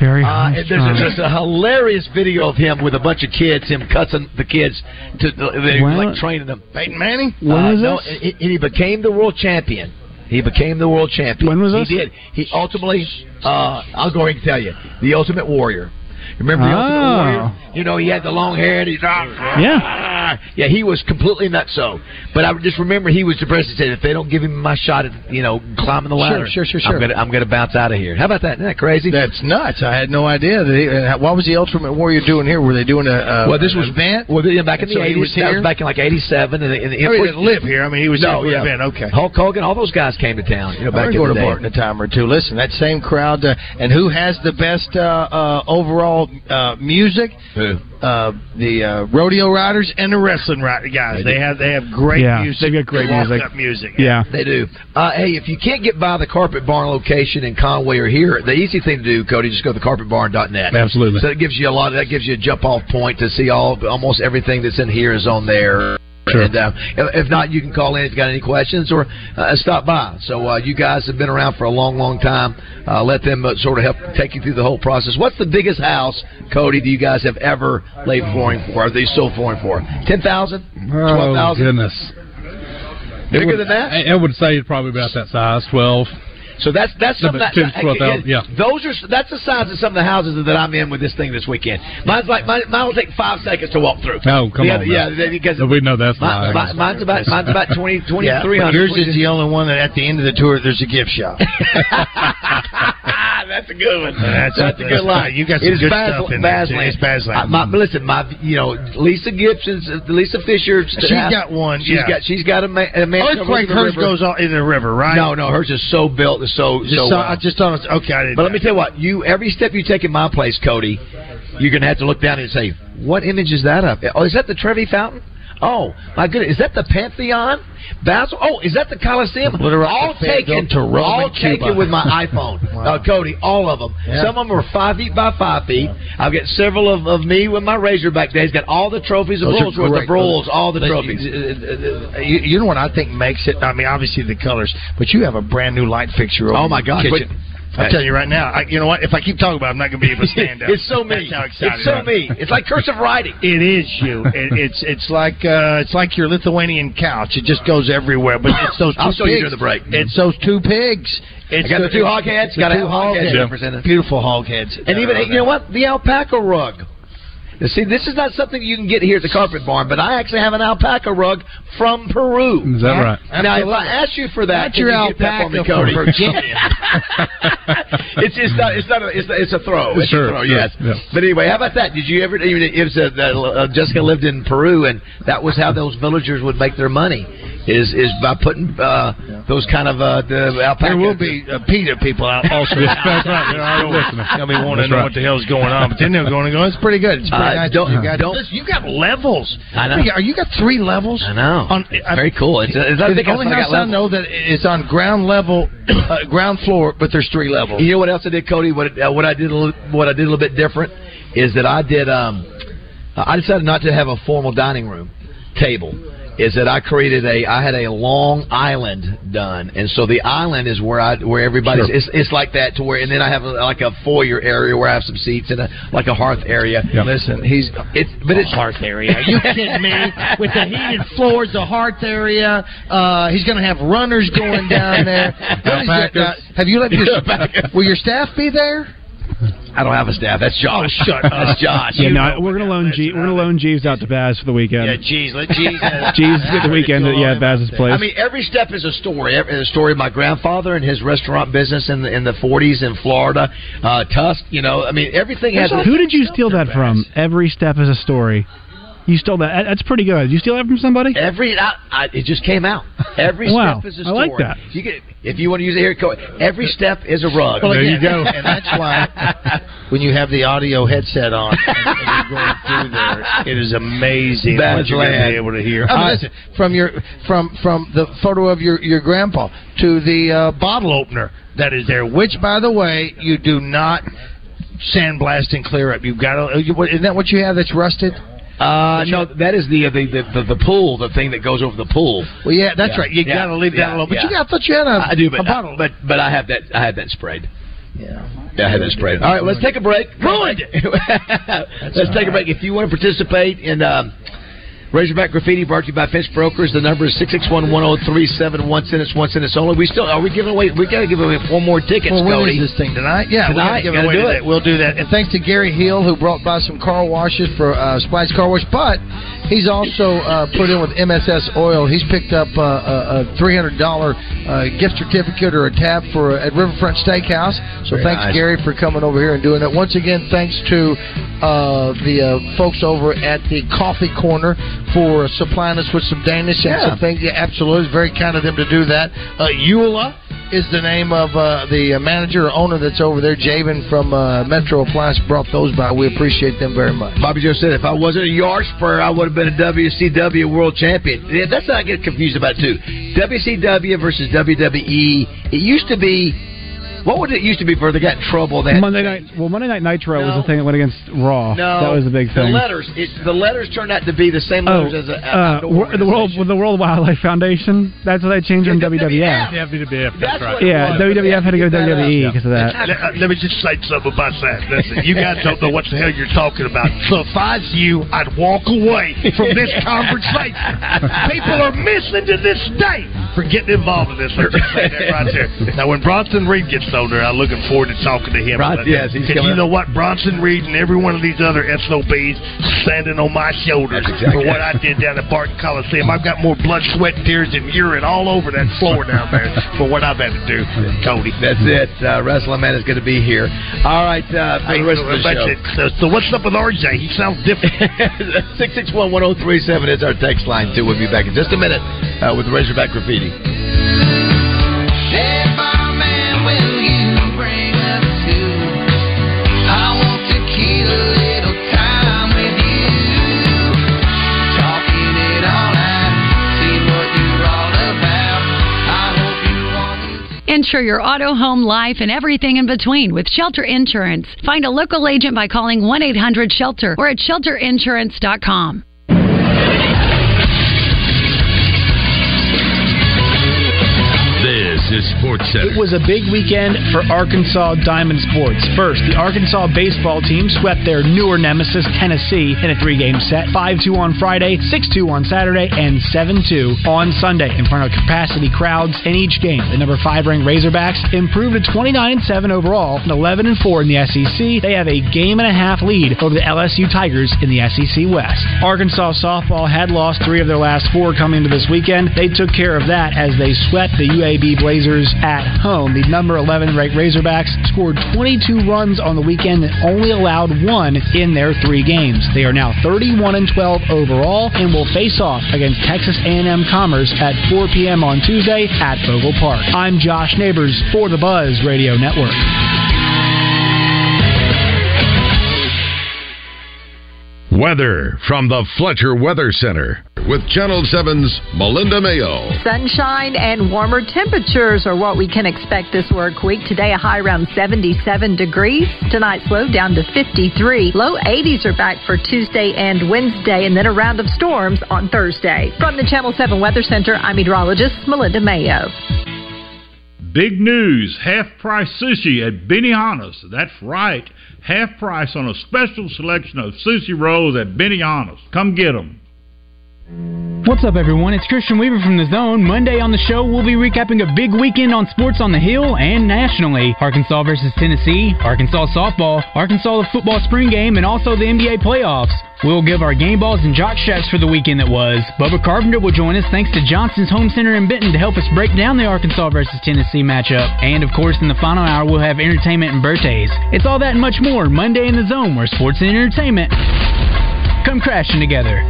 Speaker 4: Very
Speaker 3: Uh,
Speaker 4: high
Speaker 3: and there's, a,
Speaker 4: strung.
Speaker 3: there's a hilarious video of him with a bunch of kids, him cussing the kids to they
Speaker 4: Well-
Speaker 3: like training them.
Speaker 2: Peyton Manning.
Speaker 4: When
Speaker 3: Uh,
Speaker 4: was
Speaker 3: no,
Speaker 4: this?
Speaker 3: and- and he became the world champion. He became the world champion.
Speaker 4: When was
Speaker 3: he
Speaker 4: this?
Speaker 3: did. He ultimately, uh, I'll go ahead and tell you, the Ultimate Warrior. Remember the Ultimate
Speaker 4: Oh.
Speaker 3: Warrior? You know, he had the long hair and he's "Ah,
Speaker 4: Yeah.
Speaker 3: yeah, he was completely nutso. But I just remember he was depressed and said, if they don't give him my shot at, you know, climbing the ladder,
Speaker 2: sure, sure,
Speaker 3: I'm
Speaker 2: sure.
Speaker 3: gonna, I'm gonna bounce out of here. How about that? Isn't that crazy?
Speaker 2: That's nuts. I had no idea. That he, uh, what was the Ultimate Warrior doing here? Were they doing a? Uh,
Speaker 3: well, this
Speaker 2: an
Speaker 3: was
Speaker 2: event.
Speaker 3: Well, yeah, back in
Speaker 2: And
Speaker 3: the
Speaker 2: so he
Speaker 3: 80s.
Speaker 2: was
Speaker 3: That
Speaker 2: here?
Speaker 3: was back in like 87. And, and, and
Speaker 2: I mean, he didn't live here. I mean, he was
Speaker 3: No,
Speaker 2: here for
Speaker 3: yeah.
Speaker 2: an event. Okay.
Speaker 3: Hulk Hogan, all those guys came to town. You know, back
Speaker 2: I'm
Speaker 3: in
Speaker 2: going
Speaker 3: the
Speaker 2: to
Speaker 3: day.
Speaker 2: Barton a time or two. Listen, that same crowd, uh, and who has the best uh, uh, overall uh, music?
Speaker 3: Who?
Speaker 2: Uh, the uh, rodeo riders and the wrestling ri- guys. They have they have great
Speaker 4: Yeah,
Speaker 2: music.
Speaker 4: they've got great
Speaker 2: locked
Speaker 4: music.
Speaker 2: Up music.
Speaker 4: Yeah.
Speaker 3: They do. Uh, hey, if you can't get by the Carpet Barn location in Conway or here, the easy thing to do, Cody, just go to carpetbarn.net.
Speaker 7: Absolutely.
Speaker 3: So that gives you a lot. That gives you a jump off point to see all almost everything that's in here is on there.
Speaker 7: Sure.
Speaker 3: And uh, if if not, you can call in if you got any questions or uh, stop by. So uh, you guys have been around for a long, long time. Uh, let them uh, sort of help take you through the whole process. What's the biggest house, Cody, that you guys have ever laid flooring for? Are they still flooring for? Ten thousand? Twelve
Speaker 7: Oh,
Speaker 3: thousand?
Speaker 7: goodness. It
Speaker 3: Bigger
Speaker 7: would-
Speaker 3: than that?
Speaker 7: I, I would say it's probably about that size, 12.
Speaker 3: So that's that's
Speaker 7: No,
Speaker 3: some
Speaker 7: but
Speaker 3: that,
Speaker 7: ten, twelve thousand, yeah.
Speaker 3: Those are that's the size of some of the houses that I'm in with this thing this weekend. Mine's like mine, mine will take five seconds to walk through.
Speaker 7: Oh, come
Speaker 3: The
Speaker 7: on,
Speaker 3: other-
Speaker 7: man.
Speaker 3: yeah, because
Speaker 7: We know that's not.
Speaker 3: mine, mine- mine's about mine's about twenty twenty
Speaker 2: Yeah,
Speaker 3: three
Speaker 2: but
Speaker 3: hundred.
Speaker 2: yours is the only one that at the end of the tour there's a gift shop.
Speaker 3: ah, that's a good one.
Speaker 2: That's-
Speaker 3: a good line.
Speaker 2: you got some
Speaker 3: It is
Speaker 2: good
Speaker 3: Bas-
Speaker 2: stuff in there,
Speaker 3: Basley.
Speaker 2: too. It's Basley.
Speaker 3: I- my- listen, my you know Lisa Gibson's Lisa Fisher.
Speaker 2: She's got one.
Speaker 3: She's
Speaker 2: yeah.
Speaker 3: got she's got a man. A man
Speaker 2: Earthquake.
Speaker 3: over the
Speaker 2: Oh, Hers
Speaker 3: river.
Speaker 2: goes all in the river, right?
Speaker 3: No, no, hers is so built, and so
Speaker 2: Just
Speaker 3: so.
Speaker 2: saw-
Speaker 3: uh,
Speaker 2: I just thought. it was- Okay, I didn't.
Speaker 3: But let me tell you what, you every step you take in my place, Cody, you're gonna have to look down and say, What image is that of? Oh, is that the Trevi Fountain? Oh my goodness, is that the Pantheon? Basil? Oh, is that the Coliseum?
Speaker 2: Literal-
Speaker 3: all taken
Speaker 2: to Rome
Speaker 3: all
Speaker 2: and Cuba.
Speaker 3: taken with my iPhone,
Speaker 2: Wow.
Speaker 3: uh, Cody. All of them.
Speaker 2: Yeah.
Speaker 3: Some of them are five feet by five feet. I've got several of, of me with my Razorback days. Got all the trophies of
Speaker 2: Those are
Speaker 3: Bulls worth
Speaker 2: great.
Speaker 3: of Bulls, all the
Speaker 2: But
Speaker 3: trophies.
Speaker 2: You, you know what I think makes it? I mean, obviously the colors, but you have a brand new light fixture. Over
Speaker 3: Oh, my
Speaker 2: your
Speaker 3: God,
Speaker 2: kitchen.
Speaker 3: but-
Speaker 2: I'm telling you right now. I, you know what? If I keep talking about, it, I'm not going to be able to stand up.
Speaker 3: It's so me.
Speaker 2: That's how excited
Speaker 3: It's so
Speaker 2: I am.
Speaker 3: me. It's like cursive writing.
Speaker 2: It is you. It, it's it's like uh, it's like your Lithuanian couch. It just goes everywhere. But it's those. Two
Speaker 3: I'll show you
Speaker 2: pigs.
Speaker 3: during the break.
Speaker 2: It's those two pigs. It's
Speaker 3: I got the two hog heads.
Speaker 2: the
Speaker 3: Got to
Speaker 2: two
Speaker 3: have
Speaker 2: hog heads.
Speaker 3: represented.
Speaker 2: Beautiful hog heads.
Speaker 3: And even you know what? The alpaca rug. Now, See, this is not something you can get here at the carpet barn, but I actually have an alpaca rug from Peru.
Speaker 7: Is that right?
Speaker 3: Now, if I ask you for that,
Speaker 2: Not your
Speaker 3: can you get that for me,
Speaker 2: alpaca from
Speaker 3: Cody?
Speaker 2: Virginia.
Speaker 3: it's it's not it's not a, it's, it's a throw. It's
Speaker 7: Sure,
Speaker 3: a
Speaker 7: sure,
Speaker 3: throw, yes.
Speaker 7: yeah.
Speaker 3: But anyway, how about that? Did you ever? Even it was uh, uh, Jessica lived in Peru, and that was how those villagers would make their money is is by putting uh, those kind of uh, the alpaca.
Speaker 2: There will be uh, PETA people out also.
Speaker 7: Yes, that's right. There are listening.
Speaker 2: They'll be
Speaker 7: That's
Speaker 2: wanting to know
Speaker 7: right.
Speaker 2: what the hell's going on, but then they're going to go. It's pretty good. It's pretty
Speaker 3: Uh,
Speaker 2: nice.
Speaker 3: don't-
Speaker 2: you got,
Speaker 3: don't-
Speaker 2: Listen, you got levels.
Speaker 3: I know.
Speaker 2: Are you got three levels?
Speaker 3: I know.
Speaker 2: On,
Speaker 3: it's
Speaker 2: I-
Speaker 3: very cool. It's, it's, I
Speaker 2: the
Speaker 3: think I
Speaker 2: only
Speaker 3: still
Speaker 2: house
Speaker 3: got
Speaker 2: I
Speaker 3: levels.
Speaker 2: know that is on ground level, uh, ground floor, but there's three levels.
Speaker 3: You know what else I did, Cody? What uh, what I did a little, what I did a little bit different is that I did um I decided not to have a formal dining room table. Is that I created a I had a long island done, and so the island is where I where everybody's it's, it's like that to where, and then I have a, like a foyer area where I have some seats and a, like a hearth area.
Speaker 7: Yeah.
Speaker 2: Listen, he's
Speaker 3: It's but it's
Speaker 2: hearth area. Are you kidding me? With the heated floors, the hearth area, uh, he's going to have runners going down there. What is
Speaker 7: Alpacas.
Speaker 2: that? Uh, have you let your
Speaker 3: Alpacas.
Speaker 2: uh, will your staff be there?
Speaker 3: I don't have a staff. That's Josh.
Speaker 2: Oh, shut up.
Speaker 3: That's Josh.
Speaker 4: Yeah, no, we're gonna loan G, we're gonna loan Jeeves out to Baz for the weekend.
Speaker 2: geez, let geez.
Speaker 4: Jeeves get the weekend. at, Yeah, Baz's place.
Speaker 3: I mean, every step is a story. Every, a story of my grandfather and his restaurant business in the in the forties in Florida, uh, Tusk. You know, I mean, everything has.
Speaker 4: who did you steal that from? Every step is a story. You stole that. that- That's pretty good. You steal that from somebody?
Speaker 3: Every I, I, it just came out. Every
Speaker 4: Wow,
Speaker 3: step is a
Speaker 4: I
Speaker 3: story.
Speaker 4: like that.
Speaker 3: You get, if you want to use it here, Cody, every step is a rug.
Speaker 7: There you go.
Speaker 2: And that's why when you have the audio headset on and, and you're going through there, it is amazing
Speaker 3: That's
Speaker 2: what you're going to
Speaker 3: land.
Speaker 2: be able to hear.
Speaker 3: I mean,
Speaker 2: I-
Speaker 3: listen,
Speaker 2: from your from from the photo of your your grandpa to the uh, bottle opener that is there, which by the way, you do not sandblast and clear up. You've got to. Isn't that what you have that's rusted?
Speaker 3: Uh, no, that is the, the the the the pool, the thing that goes over the pool.
Speaker 2: Well, yeah, that's
Speaker 3: Yeah,
Speaker 2: right. You
Speaker 3: yeah,
Speaker 2: got to leave that
Speaker 3: yeah,
Speaker 2: alone. But you
Speaker 3: yeah.
Speaker 2: got, I thought you had a,
Speaker 3: I do, but
Speaker 2: a bottle.
Speaker 3: but but I have that I have that sprayed.
Speaker 2: yeah.
Speaker 3: Yeah, I had that sprayed. All right, let's take a break. Ruined it. let's take a break. If you want to participate in um, Razorback Graffiti, brought to you by Finch Brokers, the number is six six one one zero three seven. One sentence, one sentence only. We still are we giving away? We gotta give away four more tickets,
Speaker 2: Well, when
Speaker 3: Cody.
Speaker 2: is this thing tonight? Yeah, we're gonna
Speaker 3: Tonight,
Speaker 2: give
Speaker 3: gotta
Speaker 2: away
Speaker 3: do
Speaker 2: today.
Speaker 3: it.
Speaker 2: We'll do that. And thanks to Gary Hill who brought by some car washes for uh, Splash Car Wash, but he's also uh, put in with MSS Oil. He's picked up uh, a, a three hundred dollar uh, gift certificate or a tab for uh, at Riverfront Steakhouse. So
Speaker 3: Very
Speaker 2: thanks,
Speaker 3: nice.
Speaker 2: Gary, for coming over here and doing that. Once again, thanks to uh, the uh, folks over at the Coffee Corner for supplying us with some Danish
Speaker 3: Yeah.
Speaker 2: and some things. Yeah, absolutely, it's very kind of them to do that. Uh, Eula is the name of uh, the uh, manager or owner that's over there. Javen from uh, Metro Appliance brought those by. We appreciate them very much.
Speaker 3: Bobby Joe said, if I wasn't a yard spur, I would have been a WCW world champion. Yeah, that's what I get confused about, too. WCW versus WWE. It used to be, what would it used to be for? They got in trouble. They had
Speaker 4: Monday night. Well, Monday night Nitro was
Speaker 3: No.
Speaker 4: the thing that went against Raw.
Speaker 3: No,
Speaker 4: that was the big
Speaker 3: The
Speaker 4: thing.
Speaker 3: letters, it, the letters turned out to be the same
Speaker 4: Oh,
Speaker 3: letters as a,
Speaker 4: uh, wor- the world, the World Wildlife Foundation. That's what they changed in
Speaker 3: Yeah, the
Speaker 4: WWF.
Speaker 3: WWF.
Speaker 7: Yeah, WWF,
Speaker 3: That's
Speaker 7: that's right.
Speaker 3: what-
Speaker 4: Yeah,
Speaker 3: Yeah.
Speaker 4: WWF had to go to
Speaker 3: Yeah.
Speaker 4: WWE because of that.
Speaker 1: Let, uh, let me just say something about that. Listen, you guys don't know what the hell you're talking about. Suffice you, I'd walk away from this conversation. People are missing to this day for getting involved in this. Let me say that right there. Now, when Bronson Reed gets older, I'm looking forward to talking to him.
Speaker 3: Bron-
Speaker 1: about that.
Speaker 3: yes, he's
Speaker 1: 'Cause
Speaker 3: coming
Speaker 1: you
Speaker 3: up.
Speaker 1: know what? Bronson Reed and every one of these other SOBs standing on my shoulders
Speaker 3: That's exactly
Speaker 1: for what I did down at Barton Coliseum. I've got more blood, sweat, tears, and urine all over that floor down there for what I've had to do, Cody.
Speaker 3: That's it. Uh, Wrestling Man is going to be here. All right, uh, for the rest of the
Speaker 1: That's
Speaker 3: show.
Speaker 1: it. So, uh, so what's up with RJ? He sounds different.
Speaker 3: 661-1037 is our text line, too. We'll be back in just a minute uh, with Razorback Graffiti.
Speaker 8: Talking it out.
Speaker 9: insure your auto, home, life, and everything in between with Shelter Insurance. Find a local agent by calling 1 800 SHELTER or at shelterinsurance.com.
Speaker 10: This is Sports Center.
Speaker 11: It was a big weekend for Arkansas Diamond Sports. First, the Arkansas baseball team swept their newer nemesis, Tennessee, in a three game set 5 2 on Friday, 6 2 on Saturday, and 7 2 on Sunday in front of capacity crowds in each game. The number 5 ranked Razorbacks improved to 29 7 overall and 11 4 in the SEC. They have a game and a half lead over the LSU Tigers in the SEC West. Arkansas softball had lost three of their last four coming into this weekend. They took care of that as they swept the UAB. UAB Blazers at home. The number 11 ranked Razorbacks scored 22 runs on the weekend and only allowed one in their three games. They are now 31 and 12 overall and will face off against Texas A&M Commerce at 4 p.m. on Tuesday at Vogel Park. I'm Josh Neighbors for the Buzz Radio Network.
Speaker 12: Weather from the Fletcher Weather Center with Channel 7's Melinda Mayo.
Speaker 13: Sunshine and warmer temperatures are what we can expect this work week. Today, a high around 77 degrees. Tonight's low down to 53. Low 80s are back for Tuesday and Wednesday, and then a round of storms on Thursday. From the Channel 7 Weather Center, I'm meteorologist Melinda Mayo.
Speaker 14: Big news half price sushi at Benihana's. That's right, half price on a special selection of sushi rolls at Benihana's. Come get 'em.
Speaker 15: What's up, everyone? It's Christian Weaver from The Zone. Monday on the show, we'll be recapping a big weekend on sports on the Hill and nationally. Arkansas versus Tennessee, Arkansas softball, Arkansas football spring game, and also the NBA playoffs. We'll give our game balls and jock straps for the weekend that was. Bubba Carpenter will join us thanks to Johnson's Home Center in Benton to help us break down the Arkansas versus Tennessee matchup. And of course, in the final hour, we'll have entertainment and birthdays. It's all that and much more Monday in the Zone, where sports and entertainment come crashing together.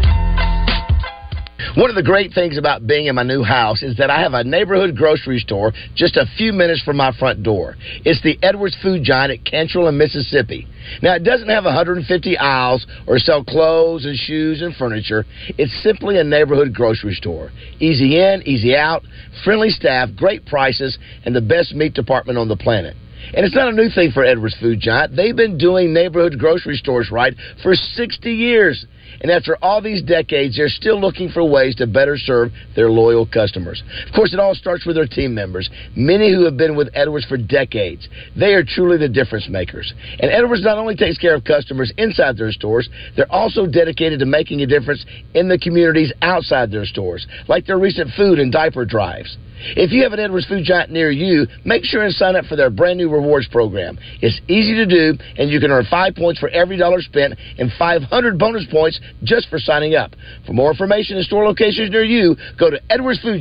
Speaker 3: One of the great things about being in my new house is that I have a neighborhood grocery store just a few minutes from my front door. It's the Edwards Food Giant at Cantrell in Mississippi. Now, it doesn't have 150 aisles or sell clothes and shoes and furniture. It's simply a neighborhood grocery store. Easy in, easy out, friendly staff, great prices, and the best meat department on the planet. And it's not a new thing for Edwards Food Giant. They've been doing neighborhood grocery stores right for 60 years. And after all these decades, they're still looking for ways to better serve their loyal customers. Of course, it all starts with their team members, many who have been with Edwards for decades. They are truly the difference makers. And Edwards not only takes care of customers inside their stores, they're also dedicated to making a difference in the communities outside their stores, like their recent food and diaper drives. If you have an Edwards Food Giant near you, make sure and sign up for their brand new rewards program. It's easy to do, and you can earn 5 points for every dollar spent and 500 bonus points just for signing up. For more information and store locations near you, go to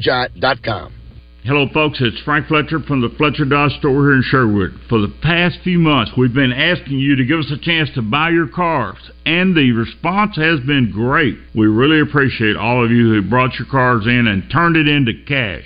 Speaker 3: edwardsfoodgiant.com.
Speaker 14: Hello, folks. It's Frank Fletcher from the Fletcher Dodge store here in Sherwood. For the past few months, we've been asking you to give us a chance to buy your cars, and the response has been great. We really appreciate all of you who brought your cars in and turned it into cash.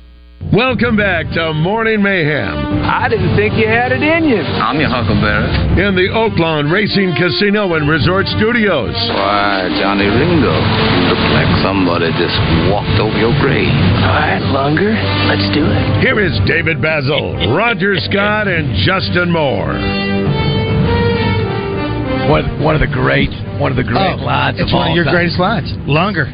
Speaker 12: Welcome back to Morning Mayhem.
Speaker 16: I didn't think you had it in you.
Speaker 12: I'm your Huckleberry. In the Oaklawn Racing Casino and Resort Studios.
Speaker 16: Why, Johnny Ringo, you look like somebody just walked over your grave. All right, Longer, let's do it.
Speaker 12: Here is David Basil, Roger Scott, and Justin Moore.
Speaker 2: One, one of the great, one of the great
Speaker 17: Oh,
Speaker 2: lines
Speaker 17: it's
Speaker 2: of
Speaker 17: one of
Speaker 2: all
Speaker 17: your
Speaker 2: time.
Speaker 17: greatest lines. Longer.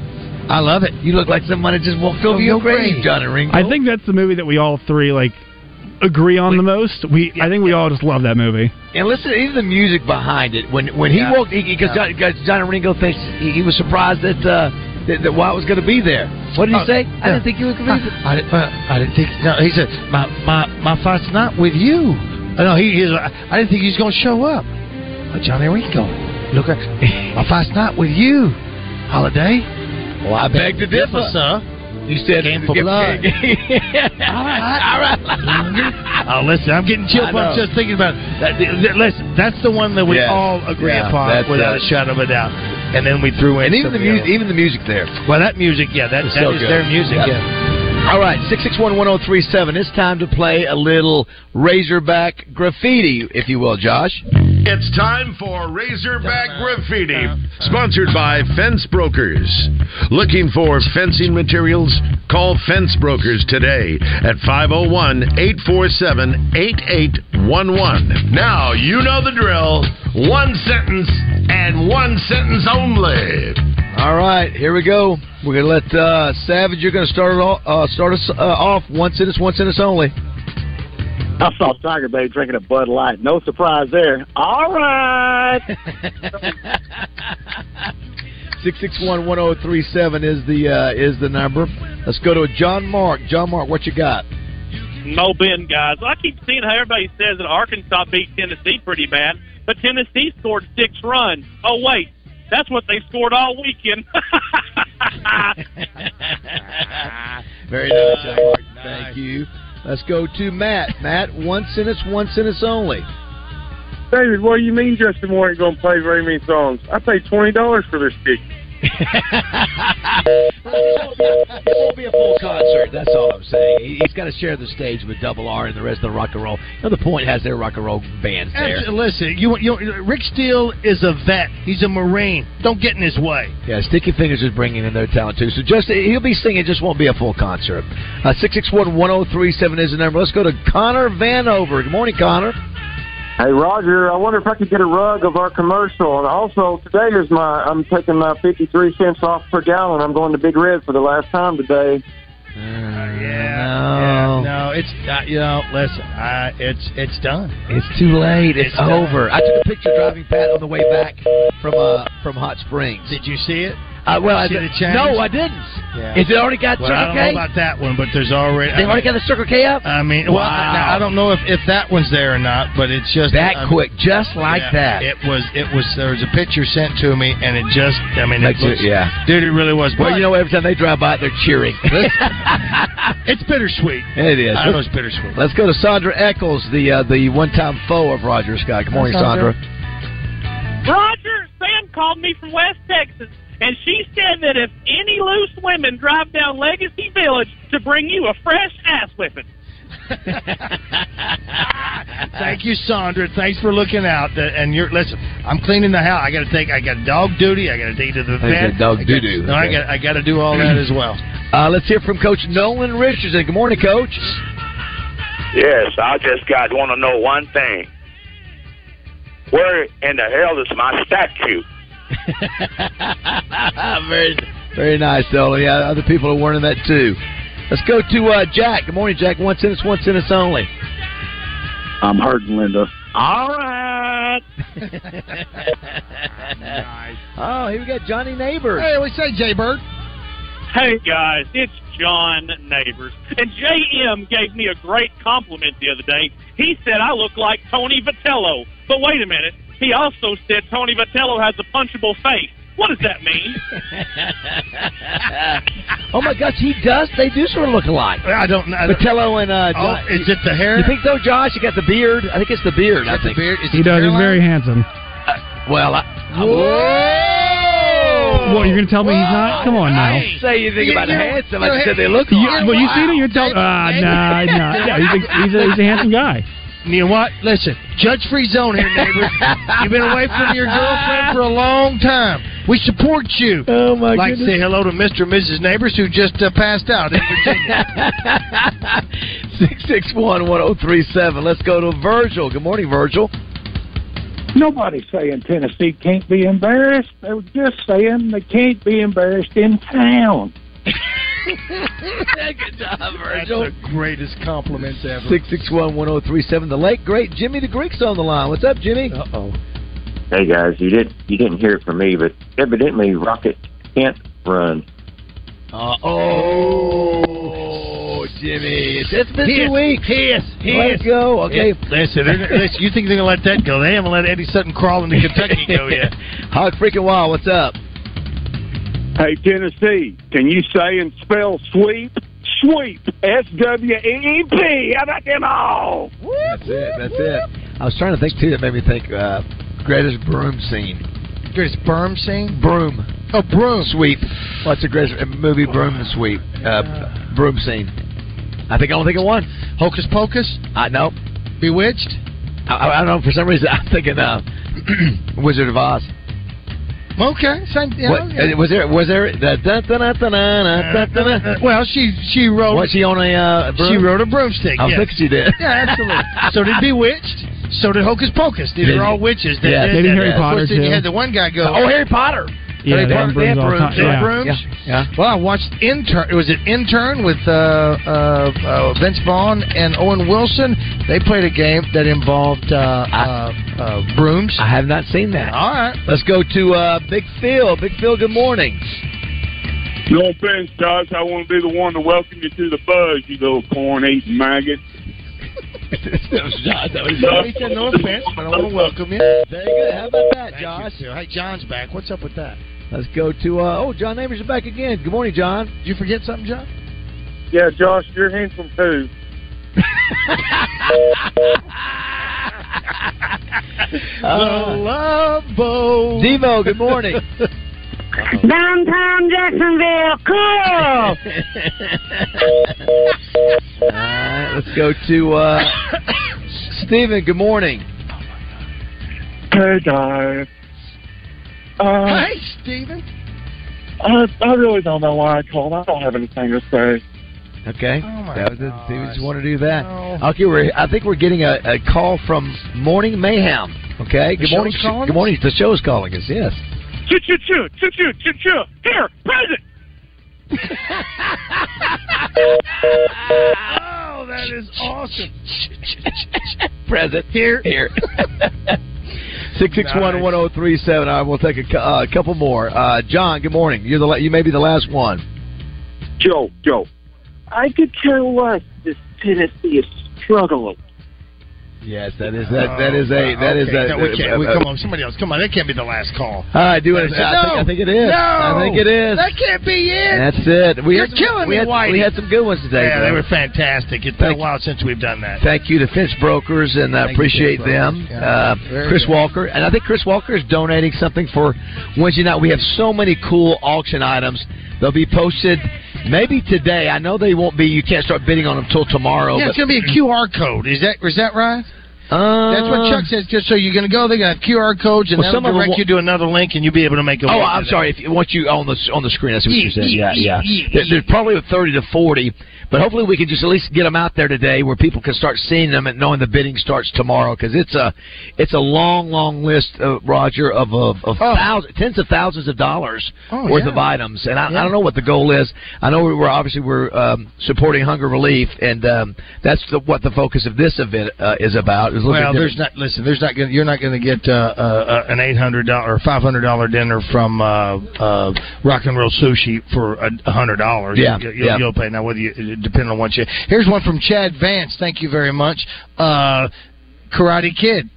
Speaker 17: I love it. You look like somebody just walked
Speaker 2: Oh,
Speaker 17: over your grave, Johnny Ringo.
Speaker 4: I think that's the movie that we all three like agree on the most. We I think we all just love that movie.
Speaker 2: And listen, even the music behind it. When when he
Speaker 4: Yeah.
Speaker 2: walked, because
Speaker 4: Yeah.
Speaker 2: Johnny Ringo thinks he, he was surprised that uh, that, that Watt was going to be there. What did
Speaker 1: Oh,
Speaker 2: he say?
Speaker 8: I didn't think you were convinced.
Speaker 2: I, didn't- uh, I didn't think. No, he said my my my fight's not with you. Uh, No, he is. I didn't think he was going to show up. Uh, Johnny Rico, look, at, my fight's not with you, Holiday. Well, I beg to differ, sir. You said came for blood.
Speaker 8: All right. All right.
Speaker 2: Oh, listen, I'm getting chill
Speaker 8: I
Speaker 2: bumps
Speaker 8: know.
Speaker 2: just thinking about it. That- th- th- listen, that's the one that we
Speaker 3: Yes.
Speaker 2: all agree
Speaker 3: Yeah,
Speaker 2: upon
Speaker 3: that's
Speaker 2: without
Speaker 3: it.
Speaker 2: a shadow of a doubt. And then we threw in
Speaker 3: And even the
Speaker 2: something
Speaker 3: mu-
Speaker 2: else.
Speaker 3: even the music there.
Speaker 2: Well, that music, yeah, that,
Speaker 3: It's
Speaker 2: that
Speaker 3: so
Speaker 2: is
Speaker 3: good.
Speaker 2: their music.
Speaker 3: Yeah.
Speaker 2: yeah.
Speaker 3: All right, 6611037. It's time to play a little Razorback graffiti, if you will, Josh.
Speaker 12: It's time for Razorback Graffiti, sponsored by Fence Brokers. Looking for fencing materials? Call Fence Brokers today at 501 847 8811. Now you know the drill. One sentence and one sentence only.
Speaker 3: All right, here we go. We're gonna let uh, Savage. You're gonna start it all, uh, start us uh, off one sentence, one sentence only.
Speaker 18: I saw Tiger Bay drinking a Bud Light. No surprise there. All right.
Speaker 3: Six six one one zero three seven is the uh, is the number. Let's go to John Mark. John Mark, what you got?
Speaker 19: No bend, guys. I keep seeing how everybody says that Arkansas beat Tennessee pretty bad, but Tennessee scored six runs. Oh, wait. That's what they scored all weekend.
Speaker 3: Very nice, John Mark. Thank you. Let's go to Matt. Matt, one sentence, one sentence only.
Speaker 20: David, what do you mean Justin Moore ain't gonna play very many songs? I paid twenty dollars for this stick.
Speaker 3: It won't be a full concert. That's all I'm saying. He- He's got to share the stage with Double R and the rest of the rock and roll. You know, the point has their rock and roll bands there.
Speaker 2: Absolutely. Listen, you, you Rick Steele is a vet. He's a Marine. Don't get in his way.
Speaker 3: Yeah, Sticky Fingers is bringing in their talent too. So just he'll be singing, just won't be a full concert. Uh, Six six one one zero three seven is the number. Let's go to Connor Vanover. Good morning, Connor.
Speaker 20: Hey Roger, I wonder if I could get a rug of our commercial. And also today is my I'm taking my fifty three cents off per gallon. I'm going to Big Red for the last time today.
Speaker 2: Yeah, no, it's uh, you know. Listen, uh, it's it's done.
Speaker 3: It's too late. It's,
Speaker 2: It's done.
Speaker 3: over. I took a picture driving Pat on the way back from uh, from Hot Springs.
Speaker 2: Did you see it?
Speaker 3: Uh, well, I
Speaker 2: Did you see
Speaker 3: did-
Speaker 2: the change?
Speaker 3: no, I didn't.
Speaker 2: Yeah.
Speaker 3: Is it already got
Speaker 2: well,
Speaker 3: Circle
Speaker 2: I don't know
Speaker 3: K?
Speaker 2: about that one, but there's already
Speaker 3: They've already got the Circle K up.
Speaker 2: I mean, well, I- now, I don't know if, if that one's there or not, but it's just
Speaker 3: That
Speaker 2: I mean-
Speaker 3: quick, just like
Speaker 2: Yeah,
Speaker 3: that.
Speaker 2: It was. It was. There was a picture sent to me, and it just. I mean, it
Speaker 3: Makes it-
Speaker 2: looks,
Speaker 3: yeah.
Speaker 2: dude, it really was.
Speaker 3: Well, you know, every time they drive by, they're cheering.
Speaker 2: it's bittersweet.
Speaker 3: It is.
Speaker 2: I know it's bittersweet.
Speaker 3: Let's go to Sandra Eccles, the uh, the one time foe of Roger Scott. Good morning,
Speaker 2: Hi, Sandra.
Speaker 3: Sandra.
Speaker 19: Roger, Sam called me from West Texas, and she said that if any loose women drive down Legacy Village, to bring you a fresh ass whipping.
Speaker 2: Thank you, Sandra. Thanks for looking out. The- And you're listen. I'm cleaning the house. I got to take. I got dog duty. I got to take to the
Speaker 3: Thank you,
Speaker 2: vet.
Speaker 3: dog
Speaker 2: I got-
Speaker 3: doo-doo.
Speaker 2: No, I
Speaker 3: Okay.
Speaker 2: got. I got to do all that as well.
Speaker 3: Uh, let's hear from Coach Nolan Richardson. Good morning, Coach.
Speaker 21: Yes, I just got want to know one thing. Where in the hell is my statue?
Speaker 3: very, very nice, Nolan. Yeah, other people are wanting that too. Let's go to uh, Jack. Good morning, Jack. One sentence, one sentence only.
Speaker 18: I'm hurting, Linda.
Speaker 3: All right. Oh, here we got Johnny Neighbors.
Speaker 2: Hey, we say Jay Bird.
Speaker 19: Hey guys, it's John Neighbors. And JM gave me a great compliment the other day. He said I look like Tony Vitello. But wait a minute. He also said Tony Vitello has a punchable face. What does that mean?
Speaker 3: Oh my gosh, he does. They do sort of look alike.
Speaker 2: I don't know.
Speaker 3: Vitello and uh,
Speaker 2: Oh,
Speaker 3: Josh.
Speaker 2: is it the hair?
Speaker 3: You think though, Josh? You got the beard. I think it's the beard. I think
Speaker 4: He does. He's very handsome.
Speaker 3: Well, I,
Speaker 4: What you're gonna tell me he's not? Come on now.
Speaker 3: I say you think about
Speaker 4: You- you-
Speaker 3: handsome.
Speaker 4: you-
Speaker 3: I just said they look.
Speaker 4: You,
Speaker 3: alike.
Speaker 4: well, you seen it. You're telling. Ah, nah, nah. Yeah, he's a, he's, a, he's a handsome guy.
Speaker 2: You know what? Listen, judge-free zone here, neighbors. You've been away from your girlfriend for a long time. We support you.
Speaker 3: Oh my
Speaker 2: Like to
Speaker 3: goodness.
Speaker 2: say hello to Mr. and Mrs. Neighbors who just uh, passed out in Virginia.
Speaker 3: Six six one one zero three seven. Let's go to Virgil. Good morning, Virgil.
Speaker 22: Nobody's saying Tennessee can't be embarrassed. They were just saying they can't be embarrassed in town.
Speaker 4: uh,
Speaker 3: Good job, Virgil.
Speaker 2: That's the greatest compliments ever.
Speaker 3: Six six one one zero three seven. The late great Jimmy the Greek's on the line. What's up, Jimmy? Uh oh.
Speaker 22: Hey guys, you didn't you didn't hear it from me, but evidently Rocket can't run.
Speaker 3: Uh, oh, Jimmy. It's, it's been two weeks.
Speaker 2: Yes,
Speaker 3: Let it go. Oh, Okay.
Speaker 2: Listen, they're- listen, you think they're going to let that go? They haven't let Eddie Sutton crawl into Kentucky go yet.
Speaker 3: Hog freaking wild. What's up?
Speaker 18: Hey, Tennessee, can you say and spell sweep? Sweep. S W E E P. How about them all?
Speaker 3: That's it. That's it. I was trying to think too. That made me think. Uh, greatest broom scene.
Speaker 2: Greatest berm scene?
Speaker 3: Broom.
Speaker 2: Oh, broom.
Speaker 3: Sweep. What's the greatest uh, movie? Broom and sweep. Uh, broom scene. I think I only think of one.
Speaker 2: Hocus Pocus.
Speaker 3: I know.
Speaker 2: Bewitched.
Speaker 3: I, I, I don't know. For some reason, I'm thinking uh, Wizard of Oz.
Speaker 2: Okay, same. You
Speaker 3: What,
Speaker 2: know, yeah.
Speaker 3: uh, Was there? Was there? Da, da, da, da, da, da, da, da, da.
Speaker 2: Well, she she wrote.
Speaker 3: Was she on a? Uh, broom?
Speaker 2: She wrote a broomstick.
Speaker 3: I
Speaker 2: yes.
Speaker 3: think she did.
Speaker 2: Yeah, absolutely. so did Bewitched. So did Hocus Pocus. These
Speaker 3: Did-
Speaker 2: are all witches. They
Speaker 3: yeah,
Speaker 2: did
Speaker 3: they did
Speaker 2: that.
Speaker 3: Harry
Speaker 2: Of course,
Speaker 3: Potter,
Speaker 2: then you
Speaker 3: too.
Speaker 2: had the one guy go.
Speaker 3: Oh, Harry Potter.
Speaker 2: Yeah,
Speaker 3: Harry
Speaker 2: they have
Speaker 3: Potter. They have
Speaker 2: brooms all the
Speaker 3: brooms. They
Speaker 2: time. Yeah.
Speaker 3: have brooms.
Speaker 2: Yeah. Well, I watched intern. Was it intern with uh, uh, uh, Vince Vaughn and Owen Wilson? They played a game that involved uh, uh, uh, brooms. I
Speaker 3: have not seen that.
Speaker 2: All right,
Speaker 3: let's go to uh, Big Phil. Big Phil, good morning.
Speaker 23: No offense, Josh. I want to be the one to welcome you to the buzz, you little corn eating maggot.
Speaker 3: that was Josh. That
Speaker 2: He said no offense, but I want to welcome you.
Speaker 3: There you go. How about that, Josh?
Speaker 2: hey, John's back. What's up with that?
Speaker 3: Let's go to uh, oh, John Neighbors is back again. Good morning, John.
Speaker 2: Did you forget something, John?
Speaker 23: Yeah, Josh, you're handsome too.
Speaker 2: The love boat.
Speaker 3: Uh, Devo, good morning.
Speaker 8: Downtown Jacksonville, cool.
Speaker 3: All right, let's go to uh, Stephen. Good morning.
Speaker 23: Hey, guys. Uh,
Speaker 2: hey, Steven.
Speaker 23: I, I really don't know why I called. I don't have anything to say.
Speaker 3: Okay.
Speaker 23: my
Speaker 3: that was it. Stephen just want to do that. Okay, we're, I think we're getting a, a call from Morning Mayhem. Okay.
Speaker 23: The
Speaker 3: good morning.
Speaker 23: show's calling
Speaker 3: Good
Speaker 23: us?
Speaker 3: morning. The show is calling us. Yes.
Speaker 23: Choo choo choo choo choo choo choo. Here, present.
Speaker 2: Oh, that is awesome.
Speaker 3: Present. Here. Here. Six six one one zero three seven. I will take a, cou- uh, a couple more. Uh, John, good morning. You're the la- you may be the last one.
Speaker 23: Joe, Joe. I could care less. This Tennessee is struggling.
Speaker 3: Yes, that is that that is a that is
Speaker 2: Oh,
Speaker 3: a.
Speaker 2: okay. No, we can't. We,
Speaker 3: uh,
Speaker 2: come on, somebody else. Come on, that can't be the last call.
Speaker 3: All right, do it.
Speaker 2: That's
Speaker 3: I, think, I think it is.
Speaker 2: No,
Speaker 3: I think it is.
Speaker 2: That can't be it.
Speaker 3: That's it. We
Speaker 2: You're
Speaker 3: had some-
Speaker 2: killing
Speaker 3: we
Speaker 2: me,
Speaker 3: had,
Speaker 2: Whitey.
Speaker 3: We had some good ones today.
Speaker 2: yeah,
Speaker 3: though.
Speaker 2: they were fantastic. It's been a while since we've done that.
Speaker 3: Thank you to Fence Brokers, and I
Speaker 2: Thank you,
Speaker 3: appreciate
Speaker 2: Fence Brokers.
Speaker 3: them.
Speaker 2: Yeah.
Speaker 3: Uh,
Speaker 2: Very
Speaker 3: Chris
Speaker 2: good.
Speaker 3: Walker, and I think Chris Walker is donating something for Wednesday night. We have so many cool auction items. They'll be posted maybe today. I know they won't be. You can't start bidding on them till tomorrow.
Speaker 2: yeah,
Speaker 3: but
Speaker 2: it's gonna be a QR code. Is that is that right?
Speaker 3: Uh,
Speaker 2: That's what Chuck says. Just so you're gonna go, they got QR codes, and
Speaker 3: Well,
Speaker 2: that'll
Speaker 3: some of them
Speaker 2: direct
Speaker 3: won't-
Speaker 2: you to another link, and you'll be able to make a.
Speaker 3: Oh,
Speaker 2: link to
Speaker 3: I'm
Speaker 2: that.
Speaker 3: sorry. If you, once you on the on the screen, I see what
Speaker 2: Yeah,
Speaker 3: you're saying.
Speaker 2: yeah,
Speaker 3: Yeah, yeah.
Speaker 2: yeah,
Speaker 3: There- There's probably thirty to forty, but hopefully we can just at least get them out there today, where people can start seeing them and knowing the bidding starts tomorrow. Because it's a it's a long, long list, uh, Roger, of of, of thousands, tens of thousands of dollars
Speaker 2: Oh,
Speaker 3: worth
Speaker 2: yeah.
Speaker 3: of items, and I, I don't know what the goal is. I know we're obviously we're um, supporting hunger relief, and um, that's the, what the focus of this event uh, is about. Is looking
Speaker 2: Well,
Speaker 3: at
Speaker 2: there's not. Listen, there's not. Gonna, you're not going to get uh, uh, an eight hundred dollar or five hundred dollar dinner from uh, uh, Rock and Roll Sushi for a hundred dollars.
Speaker 3: Yeah,
Speaker 2: you'll,
Speaker 3: yeah.
Speaker 2: you'll pay now. Whether you depending on what you. Here's one from Chad Vance. Thank you very much. Uh, Karate Kid.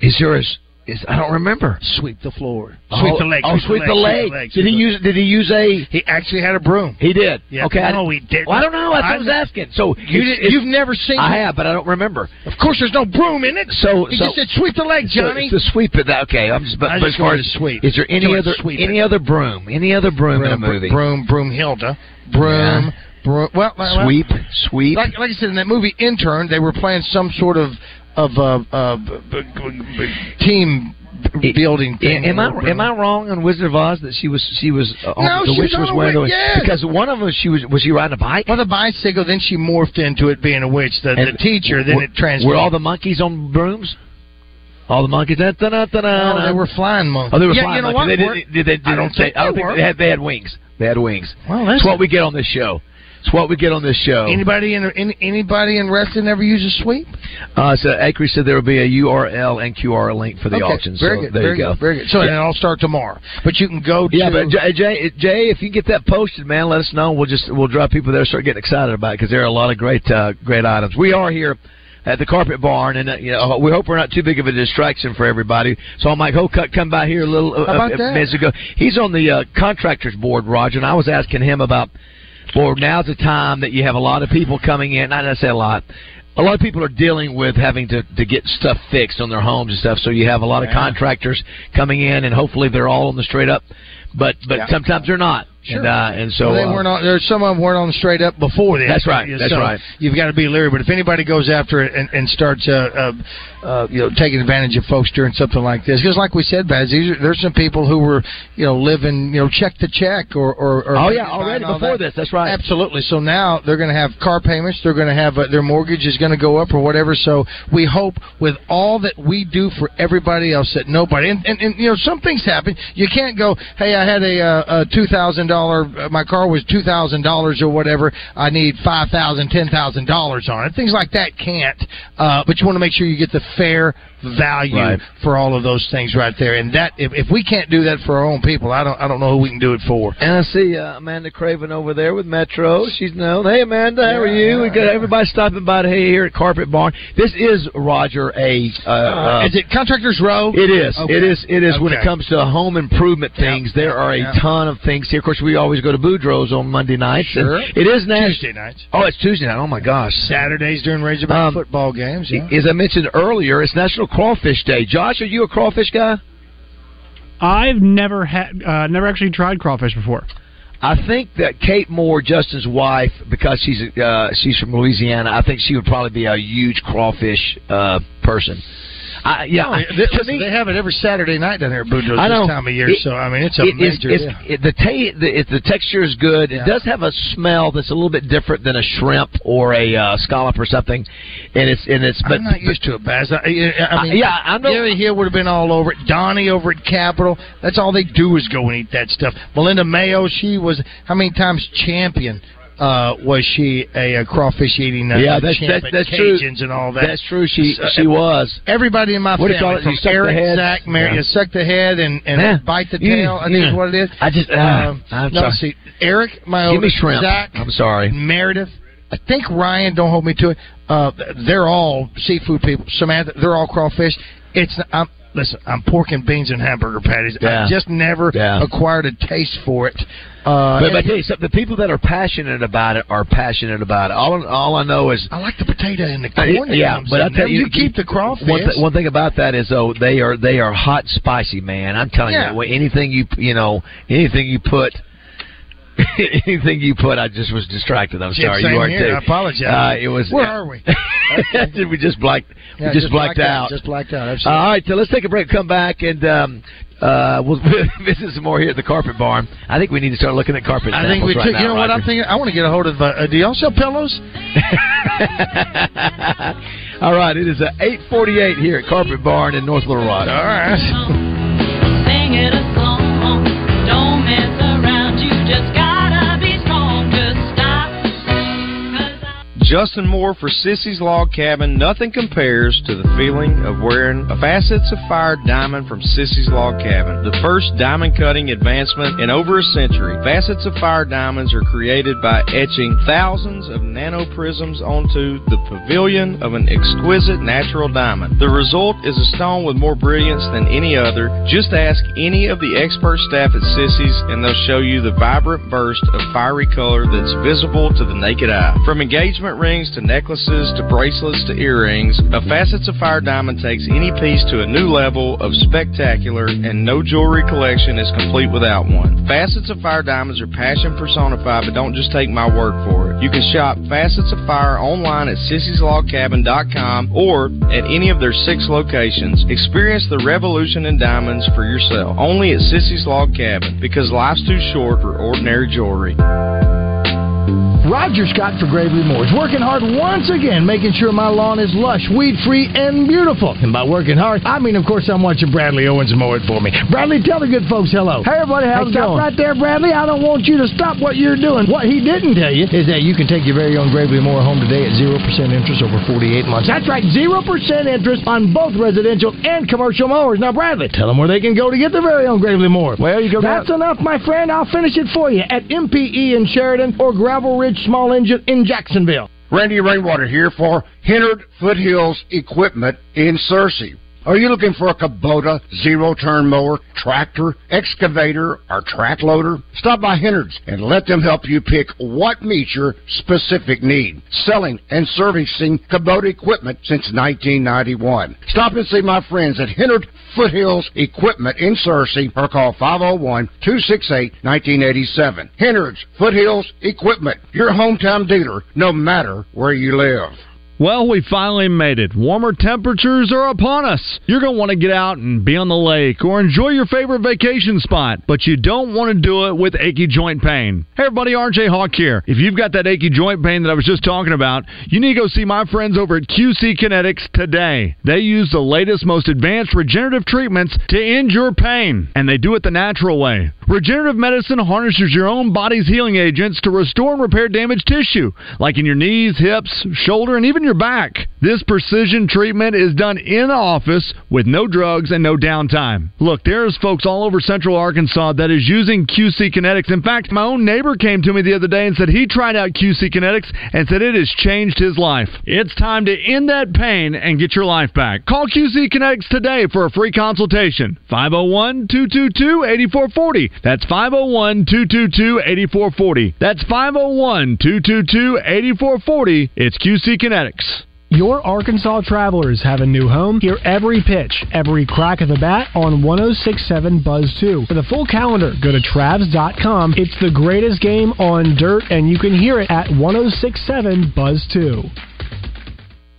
Speaker 3: Is yours? Is I don't remember.
Speaker 2: Sweep the floor.
Speaker 3: Oh,
Speaker 2: sweep the leg.
Speaker 3: Oh, sweep the leg. Did he use? Did he use a?
Speaker 2: He actually had a broom.
Speaker 3: He did.
Speaker 2: Yeah.
Speaker 3: Okay. I-
Speaker 2: No, he didn't.
Speaker 3: Well, I don't know. That's what I was
Speaker 2: I-
Speaker 3: asking. So
Speaker 2: You
Speaker 3: it's-
Speaker 2: did-
Speaker 3: it's-
Speaker 2: you've never seen
Speaker 3: I
Speaker 2: it?
Speaker 3: have, but I don't remember.
Speaker 2: Of course, there's no broom in it.
Speaker 3: So
Speaker 2: he
Speaker 3: so,
Speaker 2: just said sweep the leg, Johnny.
Speaker 3: So it's the sweep of that. Okay. I'm just. But,
Speaker 2: I
Speaker 3: but
Speaker 2: just
Speaker 3: as far
Speaker 2: wanted
Speaker 3: as
Speaker 2: to sweep.
Speaker 3: is there any
Speaker 2: Johnny,
Speaker 3: other
Speaker 2: sweep
Speaker 3: any
Speaker 2: it.
Speaker 3: other broom? Any other broom, in a movie?
Speaker 2: Broom, Broomhilda, broom, broom. Well, well, well,
Speaker 3: Sweep, sweep.
Speaker 2: Like, like I said in that movie Intern, they were playing some sort of of uh, uh, b- b- b- b- team b- building. Thing
Speaker 3: Am I am I wrong on Wizard of Oz that she was she was uh, on-
Speaker 2: No,
Speaker 3: the
Speaker 2: she
Speaker 3: witch
Speaker 2: was on
Speaker 3: was
Speaker 2: a
Speaker 3: wearing
Speaker 2: wi-
Speaker 3: the
Speaker 2: yes.
Speaker 3: because one of them she was was she riding a bike?
Speaker 2: Well, the bicycle. Then she morphed into it being a witch. The, the teacher. Then
Speaker 3: were-
Speaker 2: it transformed.
Speaker 3: Were all the monkeys on brooms? All the monkeys. Da, da, da, da, da.
Speaker 2: No, they were flying monkeys.
Speaker 3: Oh, they were
Speaker 2: Yeah,
Speaker 3: flying
Speaker 2: you know
Speaker 3: monkeys.
Speaker 2: what?
Speaker 3: They did, did, did,
Speaker 2: I don't
Speaker 3: they,
Speaker 2: think
Speaker 3: I don't
Speaker 2: they
Speaker 3: think
Speaker 2: were.
Speaker 3: they had, they had wings. They had wings.
Speaker 2: Well,
Speaker 3: that's what we get on this show. It's what we get on this show.
Speaker 2: Anybody in, in anybody in wrestling ever use a sweep?
Speaker 3: Uh, so Acre said there will be a URL and QR link for the
Speaker 2: Okay,
Speaker 3: auction.
Speaker 2: Very
Speaker 3: so
Speaker 2: good.
Speaker 3: there
Speaker 2: very
Speaker 3: you go.
Speaker 2: Good, very good. So
Speaker 3: Yeah.
Speaker 2: and it'll start tomorrow. But you can go to
Speaker 3: Yeah, but Jay, Jay, Jay, if you get that posted, man, let us know. We'll just we'll drive people there, start getting excited about it because there are a lot of great uh, great items. We are here at the Carpet Barn, and uh, you know, we hope we're not too big of a distraction for everybody. So I'm like, Hocutt, come by here a little uh,
Speaker 2: How about
Speaker 3: uh,
Speaker 2: that?
Speaker 3: minutes ago. He's on the uh, contractors board, Roger, and I was asking him about. Well, now's the time that you have a lot of people coming in. Not I say a lot. A lot of people are dealing with having to, to get stuff fixed on their homes and stuff. So you have a lot of
Speaker 2: Yeah.
Speaker 3: contractors coming in, and hopefully they're all on the straight up. But but
Speaker 2: Yeah.
Speaker 3: sometimes they're not. And, uh, and so
Speaker 2: Well, they
Speaker 3: uh,
Speaker 2: weren't on. There's some of them weren't on straight up before that.
Speaker 3: That's right, that's
Speaker 2: so
Speaker 3: right.
Speaker 2: You've got to be leery. But if anybody goes after it and, and starts, uh, uh, uh, you know, taking advantage of folks during something like this, because like we said, Baz, these are, there's some people who were, you know, living, you know, check to check or or, or
Speaker 3: Oh, yeah, already
Speaker 2: buying all
Speaker 3: before
Speaker 2: that.
Speaker 3: this, that's right.
Speaker 2: Absolutely. So now they're going to have car payments. They're going to have uh, their mortgage is going to go up or whatever. So we hope with all that we do for everybody else that nobody and and, and you know some things happen. You can't go, hey, I had a, uh, a two thousand dollar. uh, My car was two thousand dollars or whatever. I need five thousand, ten thousand dollars on it. Things like that can't. Uh, but you want to make sure you get the fair value
Speaker 3: Right.
Speaker 2: for all of those things right there. And that if, if we can't do that for our own people, I don't I don't know who we can do it for.
Speaker 3: And I see uh, Amanda Craven over there with Metro. She's known. Hey, Amanda, how are you? we got everybody stopping by hey, here at Carpet Barn. This is Roger a. Uh, uh,
Speaker 2: is it Contractors Row?
Speaker 3: It is.
Speaker 2: Okay.
Speaker 3: It is. It is. When it
Speaker 2: Okay.
Speaker 3: comes to home improvement things, there are a
Speaker 2: yep.
Speaker 3: ton of things here. Of course, we always go to Boudreaux's on Monday nights. and
Speaker 2: Sure.
Speaker 3: It is Nash-
Speaker 2: Tuesday nights.
Speaker 3: Oh, it's Tuesday night. Oh my gosh.
Speaker 2: Saturdays during Razorback
Speaker 3: Um,
Speaker 2: football games. Yeah.
Speaker 3: As I mentioned earlier, it's National Crawfish Day. Josh, are you a crawfish guy?
Speaker 4: I've never had, uh, never actually tried crawfish before.
Speaker 3: I think that Kate Moore, Justin's wife, because she's uh, she's from Louisiana, I think she would probably be a huge crawfish uh, person. I, yeah,
Speaker 2: No, they, listen, they have it every Saturday night down there at Boudreaux's
Speaker 3: I know.
Speaker 2: this time of year.
Speaker 3: It-
Speaker 2: so I mean, it's a
Speaker 3: it is-
Speaker 2: major.
Speaker 3: it's-
Speaker 2: yeah.
Speaker 3: it- the, ta- the, it, the texture is good.
Speaker 2: Yeah.
Speaker 3: It does have a smell that's a little bit different than a shrimp or a uh, scallop or something, and it's and it's. But
Speaker 2: I'm not used to it, Baz. I, I, I mean,
Speaker 3: Uh, yeah, I know-
Speaker 2: Gary Hill would have been all over it. Donnie over at Capitol. That's all they do is go and eat that stuff. Melinda Mayo, she was how many times champion uh, was she a, uh crawfish eating uh,
Speaker 3: yeah, that's
Speaker 2: champ
Speaker 3: that's,
Speaker 2: at
Speaker 3: that's true.
Speaker 2: Cajuns and all that. uh,
Speaker 3: That's true. She
Speaker 2: So,
Speaker 3: she was.
Speaker 2: Everybody in my
Speaker 3: What do you
Speaker 2: family,
Speaker 3: call it? You
Speaker 2: from
Speaker 3: suck the
Speaker 2: Eric,
Speaker 3: head?
Speaker 2: Zach, Mary,
Speaker 3: Yeah.
Speaker 2: you suck the head and, and
Speaker 3: Yeah.
Speaker 2: bite the
Speaker 3: Mm,
Speaker 2: tail. I think
Speaker 3: yeah.
Speaker 2: is what it is. Um,
Speaker 3: I just- ah, I'm
Speaker 2: no.
Speaker 3: sorry.
Speaker 2: See, Eric, my
Speaker 3: Give me
Speaker 2: oldest,
Speaker 3: shrimp.
Speaker 2: Zach,
Speaker 3: I'm sorry.
Speaker 2: Meredith. I think Ryan, don't hold me to it. Uh, they're all seafood people. Samantha, they're all crawfish. It's I'm listen. I'm pork and beans and hamburger patties.
Speaker 3: Yeah.
Speaker 2: I just never
Speaker 3: Yeah.
Speaker 2: acquired a taste for it. Uh,
Speaker 3: but, but I
Speaker 2: and-
Speaker 3: tell you something, the people that are passionate about it are passionate about it. All all I know is
Speaker 2: I like the potato and the
Speaker 3: Uh,
Speaker 2: corn. that
Speaker 3: yeah,
Speaker 2: comes
Speaker 3: but
Speaker 2: in
Speaker 3: I tell
Speaker 2: there.
Speaker 3: you-
Speaker 2: you keep the crawfish.
Speaker 3: One, th- one thing about that is though they are they are hot spicy man. I'm telling
Speaker 2: Yeah.
Speaker 3: you, well, anything you you know anything you put. Anything you put, I just was distracted. I'm
Speaker 2: Jim,
Speaker 3: sorry,
Speaker 2: same
Speaker 3: you are
Speaker 2: here.
Speaker 3: too.
Speaker 2: I apologize.
Speaker 3: Uh, it was.
Speaker 2: Where are we?
Speaker 3: Did we just black?
Speaker 2: Yeah,
Speaker 3: we just, blacked out.
Speaker 2: Just blacked out.
Speaker 3: Uh,
Speaker 2: Absolutely.
Speaker 3: all right, so let's take a break. Come back and um, uh, we'll visit some more here at the Carpet Barn. I think we need to start looking at carpet.
Speaker 2: I think
Speaker 3: samples
Speaker 2: we
Speaker 3: right
Speaker 2: took.
Speaker 3: now,
Speaker 2: you know what
Speaker 3: Roger.
Speaker 2: I'm thinking? I want to get a hold of. Uh, uh, do y'all sell pillows?
Speaker 3: All right, it is uh, 848 here at Carpet Barn in North Little Rock. All
Speaker 2: right.
Speaker 1: Sing it a song. Don't mess around. You just gotta be strong. Just stop.
Speaker 5: Justin Moore for Sissy's Log Cabin. Nothing compares to the feeling of wearing a Facets of Fire diamond from Sissy's Log Cabin. The first diamond cutting advancement in over a century. Facets of Fire diamonds are created by etching thousands of nanoprisms onto the pavilion of an exquisite natural diamond. The result is a stone with more brilliance than any other. Just ask any of the expert staff at Sissy's and they'll show you the vibrant burst of fiery color that's visible to the naked eye. From engagement rings to necklaces to bracelets to earrings, a Facets of Fire diamond takes any piece to a new level of spectacular, and no jewelry collection is complete without one. Facets of Fire diamonds are passion personified, but don't just take my word for it. You can shop Facets of Fire online at sissyslogcabin.com or at any of their six locations. Experience the revolution in diamonds for yourself. Only at Sissy's Log Cabin because life's too short for ordinary jewelry.
Speaker 2: Roger Scott for Gravely Moors, working hard once again, making sure my lawn is lush, weed free, and beautiful. And by working hard, I mean, of course, I'm watching Bradley Owens mow it for me. Bradley, tell the good folks hello.
Speaker 1: Hey, everybody, how's
Speaker 2: hey,
Speaker 1: it
Speaker 2: stop
Speaker 1: going?
Speaker 2: right there, Bradley. I don't want you to stop what you're doing. What he didn't tell you is that you can take your very own Gravely Moore home today at 0% interest over 48 months. That's right, 0% interest on both residential and commercial mowers. Now, Bradley, tell them where they can go to get their very own Gravely Moore. Well, you go. That's enough, my friend. I'll finish it for you at MPE in Sheridan or Gravel Ridge Small Engine in Jacksonville.
Speaker 24: Randy Rainwater here for Hennard Foothills Equipment in Searcy. Are you looking for a Kubota zero turn mower, tractor, excavator, or track loader? Stop by Hennard's and let them help you pick what meets your specific need. Selling and servicing Kubota equipment since 1991. Stop and see my friends at Hennard Foothills Equipment in Searcy or call 501 268 1987. Hennard's Foothills Equipment, your hometown dealer, no matter where you live.
Speaker 25: Well, we finally made it. Warmer temperatures are upon us. You're going to want to get out and be on the lake or enjoy your favorite vacation spot, but you don't want to do it with achy joint pain. Hey, everybody, RJ Hawk here. If you've got that achy joint pain that I was just talking about, you need to go see my friends over at QC Kinetics today. They use the latest, most advanced regenerative treatments to end your pain, and they do it the natural way. Regenerative medicine harnesses your own body's healing agents to restore and repair damaged tissue, like in your knees, hips, shoulder, and even your back. This precision treatment is done in the office with no drugs and no downtime. Look, there's folks all over central Arkansas that is using QC Kinetics. In fact, my own neighbor came to me the other day and said he tried out QC Kinetics and said it has changed his life. It's time to end that pain and get your life back. Call QC Kinetics today for a free consultation. 501 222 8440. oh. That's 501 222 8440. oh. That's 501 222 8440. oh. It's QC Kinetics.
Speaker 4: Your Arkansas Travelers have a new home. Hear every pitch, every crack of the bat on 1067 Buzz 2. For the full calendar, go to travs.com. It's the greatest game on dirt, and you can hear it at 1067 Buzz 2.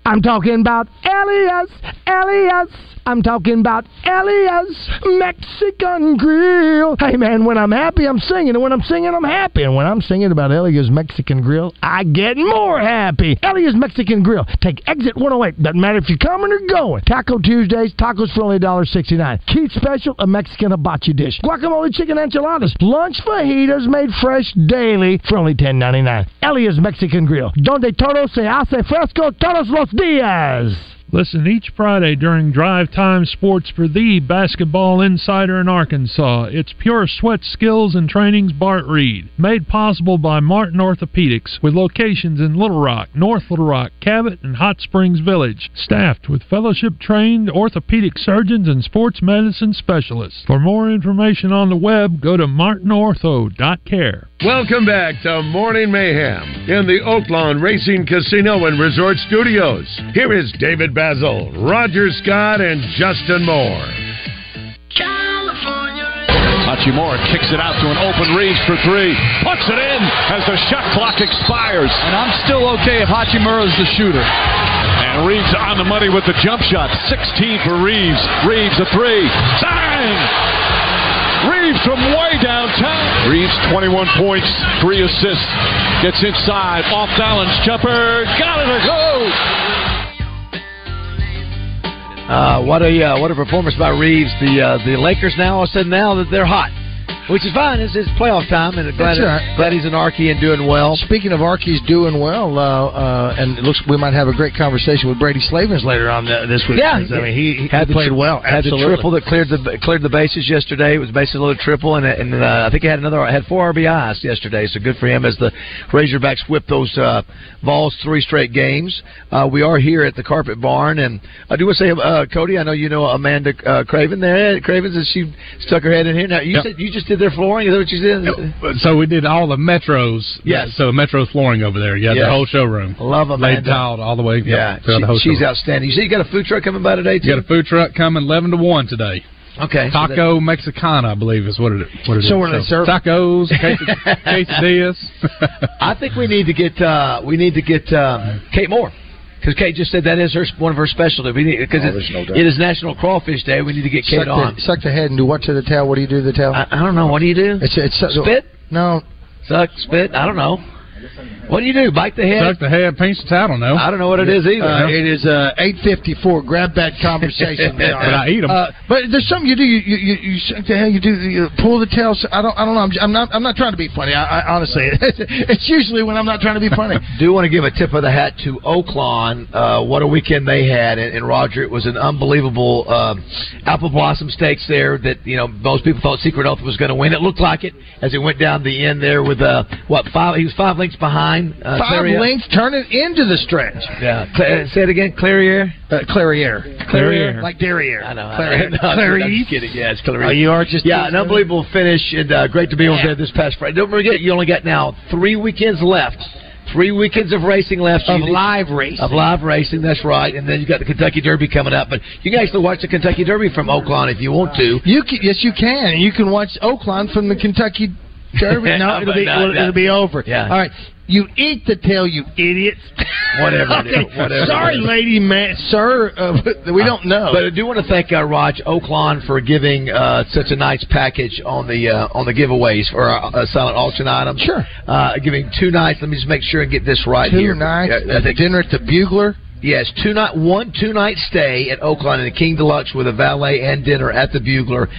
Speaker 2: I'm talking about Elias, Elias. I'm talking about Elias Mexican Grill. Hey man, when I'm happy, I'm singing, and when I'm singing, I'm happy. And when I'm singing about Elias Mexican Grill, I get more happy. Elias Mexican Grill. Take exit 108. Doesn't matter if you're coming or going. Taco Tuesdays, tacos for only $1.69. Keith Special, a Mexican hibachi dish. Guacamole chicken enchiladas. Lunch fajitas made fresh daily for only $10.99. Elias Mexican Grill. Donde todo se hace fresco todos los días.
Speaker 26: Listen each Friday during Drive Time Sports for the basketball insider in Arkansas. It's pure sweat skills and trainings Bart Reed, made possible by Martin Orthopedics, with locations in Little Rock, North Little Rock, Cabot, and Hot Springs Village, staffed with fellowship trained orthopedic surgeons and sports medicine specialists. For more information on the web, go to martinortho.care.
Speaker 12: Welcome back to Morning Mayhem in the Oaklawn Racing Casino and Resort Studios. Here is David Basil, Roger Scott, and Justin Moore.
Speaker 16: Hachimura kicks it out to an open reach for three. Pucks it in as the shot clock expires. And I'm still okay if Hachimura is the shooter. And Reeves on the money with the jump shot. 16 for Reeves. Reeves a three. Bang! Reeves from way downtown. Reeves 21 points, three assists. Gets inside, off balance, jumper. Got it a go.
Speaker 3: Uh, what a uh, what a performance by Reeves. The uh, the Lakers now all of a sudden now that they're hot, which is fine. It's, it's playoff time, and glad
Speaker 2: That's right.
Speaker 3: glad he's an Arky and doing well.
Speaker 2: Speaking of Arky's doing well, uh, uh, and it looks we might have a great conversation with Brady Slavens later on th- this week.
Speaker 3: Yeah,
Speaker 2: because, I mean he, he played
Speaker 3: the, tr-
Speaker 2: well.
Speaker 3: Had
Speaker 2: Absolutely.
Speaker 3: the triple that cleared the cleared the bases yesterday. It was basically a little triple, and and uh, I think he had another. Had four RBIs yesterday, so good for him as the Razorbacks whip those uh, Vols three straight games. Uh, we are here at the Carpet Barn, and I do want to say, uh, Cody, I know you know Amanda uh, Craven there. Cravens, and she stuck her head in here. Now you
Speaker 7: Yep.
Speaker 3: said you just did their flooring. Is that what you did?
Speaker 7: So we did all the metros.
Speaker 3: Yes.
Speaker 7: So metro flooring over there. Yeah,
Speaker 3: Yes.
Speaker 7: the whole showroom.
Speaker 3: Love Amanda.
Speaker 7: Laid tiled all the way.
Speaker 3: Yeah,
Speaker 7: throughout the whole
Speaker 3: she, she's
Speaker 7: showroom.
Speaker 3: outstanding. You said you got a food truck coming by today too.
Speaker 7: You got a food truck coming eleven to one today.
Speaker 3: Okay. so
Speaker 7: Taco Mexicana, I believe, is what it what it is.
Speaker 3: So we're gonna serve-
Speaker 7: tacos, quesad- quesadillas.
Speaker 3: I think we need to get uh, we need to get um, Kate Moore because Kate just said that is her one of her specialties. Because
Speaker 2: Oh,
Speaker 3: it's
Speaker 2: there's no doubt.
Speaker 3: it is National Crawfish Day. We need to get Kate
Speaker 2: suck
Speaker 3: on.
Speaker 2: The, suck the head and do what to the tail? What do you do to the tail? I,
Speaker 3: I don't know. What do you do?
Speaker 2: It's, it's
Speaker 3: Spit?
Speaker 2: No.
Speaker 3: Suck, spit. I don't know. What do you do? Bite the head?
Speaker 27: Suck the head, pinch the I don't know.
Speaker 3: I don't know what it is either.
Speaker 2: Uh, it is uh, eight fifty four. Grab that conversation.
Speaker 3: But I eat 'em.
Speaker 2: Uh, but there's something you do. You you you, you shake the head. You do you pull the tail. So I don't I don't know. I'm, j- I'm not I'm not trying to be funny. I, I honestly, it's usually when I'm not trying to be funny.
Speaker 3: do want to give a tip of the hat to Oaklawn. Uh, what a weekend they had, and, and Roger, it was an unbelievable um apple blossom stakes there that you know most people thought Secret Oath was going to win. It looked like it as he went down the end there with uh, what five? He was five lengths behind. Uh,
Speaker 2: Five
Speaker 3: Claria.
Speaker 2: lengths turning into the stretch.
Speaker 3: Yeah. Cla- say it again. Clarier.
Speaker 2: Uh, Clarier.
Speaker 3: Clarier.
Speaker 2: Like derriere. I
Speaker 3: know. No,
Speaker 2: Clarier.
Speaker 3: I'm just- I'm
Speaker 2: Clarice.
Speaker 3: just kidding. Yeah, it's Clarice.
Speaker 2: Oh, you are just
Speaker 3: yeah, an unbelievable finish and uh, great to be on
Speaker 2: Yeah.
Speaker 3: there this past Friday. Don't forget, you only got now three weekends left. Three weekends of racing left.
Speaker 2: Of
Speaker 3: You-
Speaker 2: live racing.
Speaker 3: Of live racing, that's right. And then you got the Kentucky Derby coming up. But you can actually watch the Kentucky Derby from Oakland if you want to.
Speaker 2: You can, yes, you can. You can watch Oakland from the Kentucky Derby. No, it'll be
Speaker 3: No,
Speaker 2: it'll,
Speaker 3: no.
Speaker 2: it'll be over.
Speaker 3: Yeah.
Speaker 2: All right. You eat the tail, you idiots.
Speaker 3: Whatever it is,
Speaker 2: Okay.
Speaker 3: whatever.
Speaker 2: Sorry, lady, man, sir. Uh, we don't know.
Speaker 3: But I do want to thank uh, Raj Oaklawn for giving uh, such a nice package on the uh, on the giveaways for our uh, silent auction items. Sure, uh, giving two nights. Let me just make sure and get this right
Speaker 2: Two
Speaker 3: here.
Speaker 2: nights,
Speaker 3: Uh, I think-
Speaker 2: dinner at the Bugler.
Speaker 3: Yes, two night one two night stay at Oakland in the King Deluxe with a valet and dinner at the Bugler,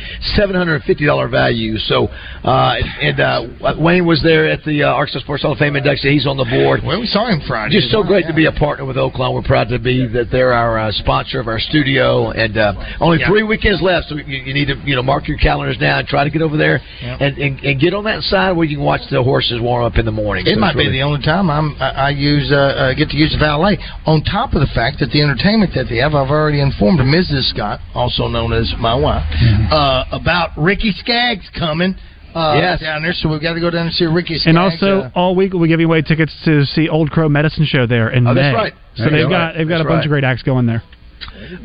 Speaker 3: seven hundred and fifty dollar value. So, uh, and uh, Wayne was there at the uh, Arkansas Sports Hall of Fame induction. He's on the board.
Speaker 2: Well, we saw him Friday.
Speaker 3: Just so great to be a partner with Oakland. We're proud to be that they're our uh, sponsor of our studio, and uh, only
Speaker 2: Yeah.
Speaker 3: three weekends left. So you, you need to you know mark your calendars now and try to get over there
Speaker 2: Yeah.
Speaker 3: and, and and get on that side where you can watch the horses warm up in the morning.
Speaker 2: It
Speaker 3: So
Speaker 2: might
Speaker 3: it's
Speaker 2: be
Speaker 3: really-
Speaker 2: the only time I'm I, I use uh, uh, get to use the valet. On top of the fact that the entertainment that they have, I've already informed Mrs. Scott, also known as my wife, uh, about Ricky Skaggs coming uh,
Speaker 4: Yes.
Speaker 2: down there. So we've got to go down and see Ricky Skaggs.
Speaker 4: And also,
Speaker 2: uh,
Speaker 4: all week we're giving away tickets to see Old Crow Medicine Show there in
Speaker 3: Oh, that's
Speaker 4: May.
Speaker 3: right.
Speaker 4: So
Speaker 3: There you
Speaker 4: they've
Speaker 3: go.
Speaker 4: got they've got
Speaker 3: That's
Speaker 4: a bunch
Speaker 3: right.
Speaker 4: of great acts going there.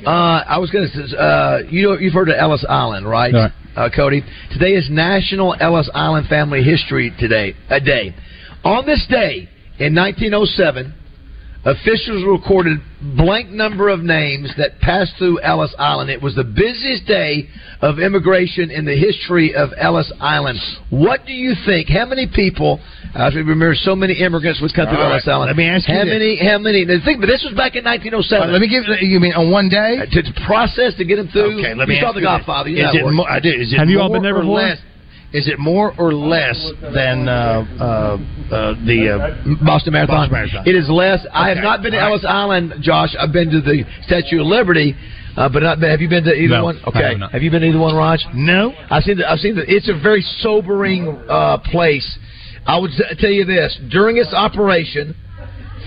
Speaker 3: Uh, I was going to. Uh, you know, you've heard of Ellis Island, right,
Speaker 4: Right.
Speaker 3: Uh, Cody? Today is National Ellis Island Family History Today. A day. On this day in 1907, officials recorded blank number of names that passed through Ellis Island. It was the busiest day of immigration in the history of Ellis Island. What do you think? How many people? I remember so many immigrants would come through
Speaker 2: All right.
Speaker 3: Ellis Island.
Speaker 2: Let me ask you
Speaker 3: how
Speaker 2: this.
Speaker 3: many? How many? Now think, but this was back in 1907.
Speaker 2: let me give you mean on one day
Speaker 3: Uh, to, to process to get him through.
Speaker 2: Okay, let
Speaker 3: you
Speaker 2: me
Speaker 3: saw
Speaker 2: ask
Speaker 3: The
Speaker 2: you this.
Speaker 3: Godfather. You know
Speaker 2: Is
Speaker 3: how it
Speaker 2: it
Speaker 3: works.
Speaker 2: mo- I did. Is it more or Less, is it more or less than uh, uh, uh, the uh,
Speaker 3: Boston Marathon. It is less. I have not been to
Speaker 2: all right.
Speaker 3: Ellis Island, Josh. I've been to the Statue of Liberty, uh, but not. Have you been to either
Speaker 2: No,
Speaker 3: one?
Speaker 2: I
Speaker 3: Okay.
Speaker 2: have not.
Speaker 3: you been to either one, Raj?
Speaker 2: No.
Speaker 3: I've seen. The, I've seen. The, it's a very sobering uh, place. I would s- tell you this: during its operation,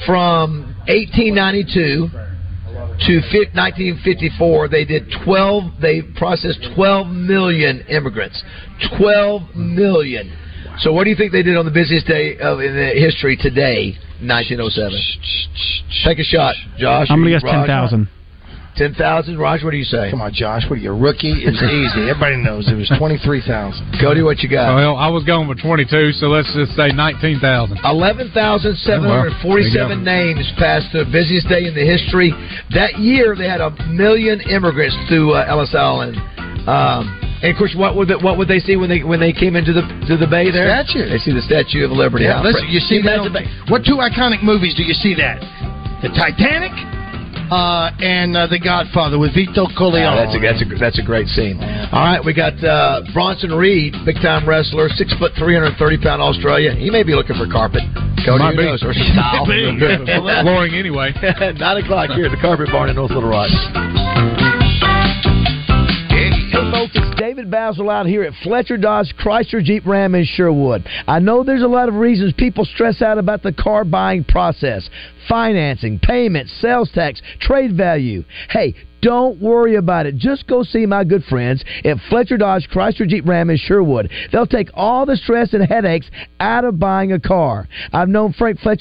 Speaker 3: from 1892 to fi- 1954, they did 12. They processed 12 million immigrants. 12 million. So, what do you think they did on the busiest day of in the history today, 1907? Take a shot, Josh.
Speaker 4: I'm gonna guess
Speaker 3: Raj.
Speaker 4: ten thousand.
Speaker 3: 10,000. Raj, what do you say?
Speaker 2: Come on, Josh. What are you, a rookie? It was easy. Everybody knows it was 23,000.
Speaker 3: Cody, what you got?
Speaker 27: Well, I was going for 22, so let's just say 19,000.
Speaker 3: 11,747 names passed the busiest day in the history. That year, they had a million immigrants through uh, Ellis Island. Um, and of course, what would they, what would they see when they when they came into the to the bay there?
Speaker 2: Statue.
Speaker 3: They see the Statue of Liberty.
Speaker 2: Yeah,
Speaker 3: How
Speaker 2: listen,
Speaker 3: pre-
Speaker 2: you see that?
Speaker 3: imagine
Speaker 2: on- What two iconic movies do you see that? The Titanic uh, and uh, The Godfather with Vito Corleone.
Speaker 3: Yeah, Ah, that's a that's a that's a great scene. All right, we got uh, Bronson Reed, big time wrestler, six foot, three hundred thirty pound Australia. He may be looking for carpet. Cody,
Speaker 27: Might
Speaker 3: who
Speaker 27: be.
Speaker 3: knows? Or some tile.
Speaker 27: Might be. Flooring
Speaker 3: anyway. Nine o'clock here at the Carpet Barn in North Little Rock. Hey, folks, it's David Basil out here at Fletcher Dodge Chrysler Jeep Ram in Sherwood. I know there's a lot of reasons people stress out about the car buying process financing, payments, sales tax, trade value. Hey, don't worry about it. Just go see my good friends at Fletcher Dodge Chrysler Jeep Ram in Sherwood. They'll take all the stress and headaches out of buying a car. I've known Frank Fletcher.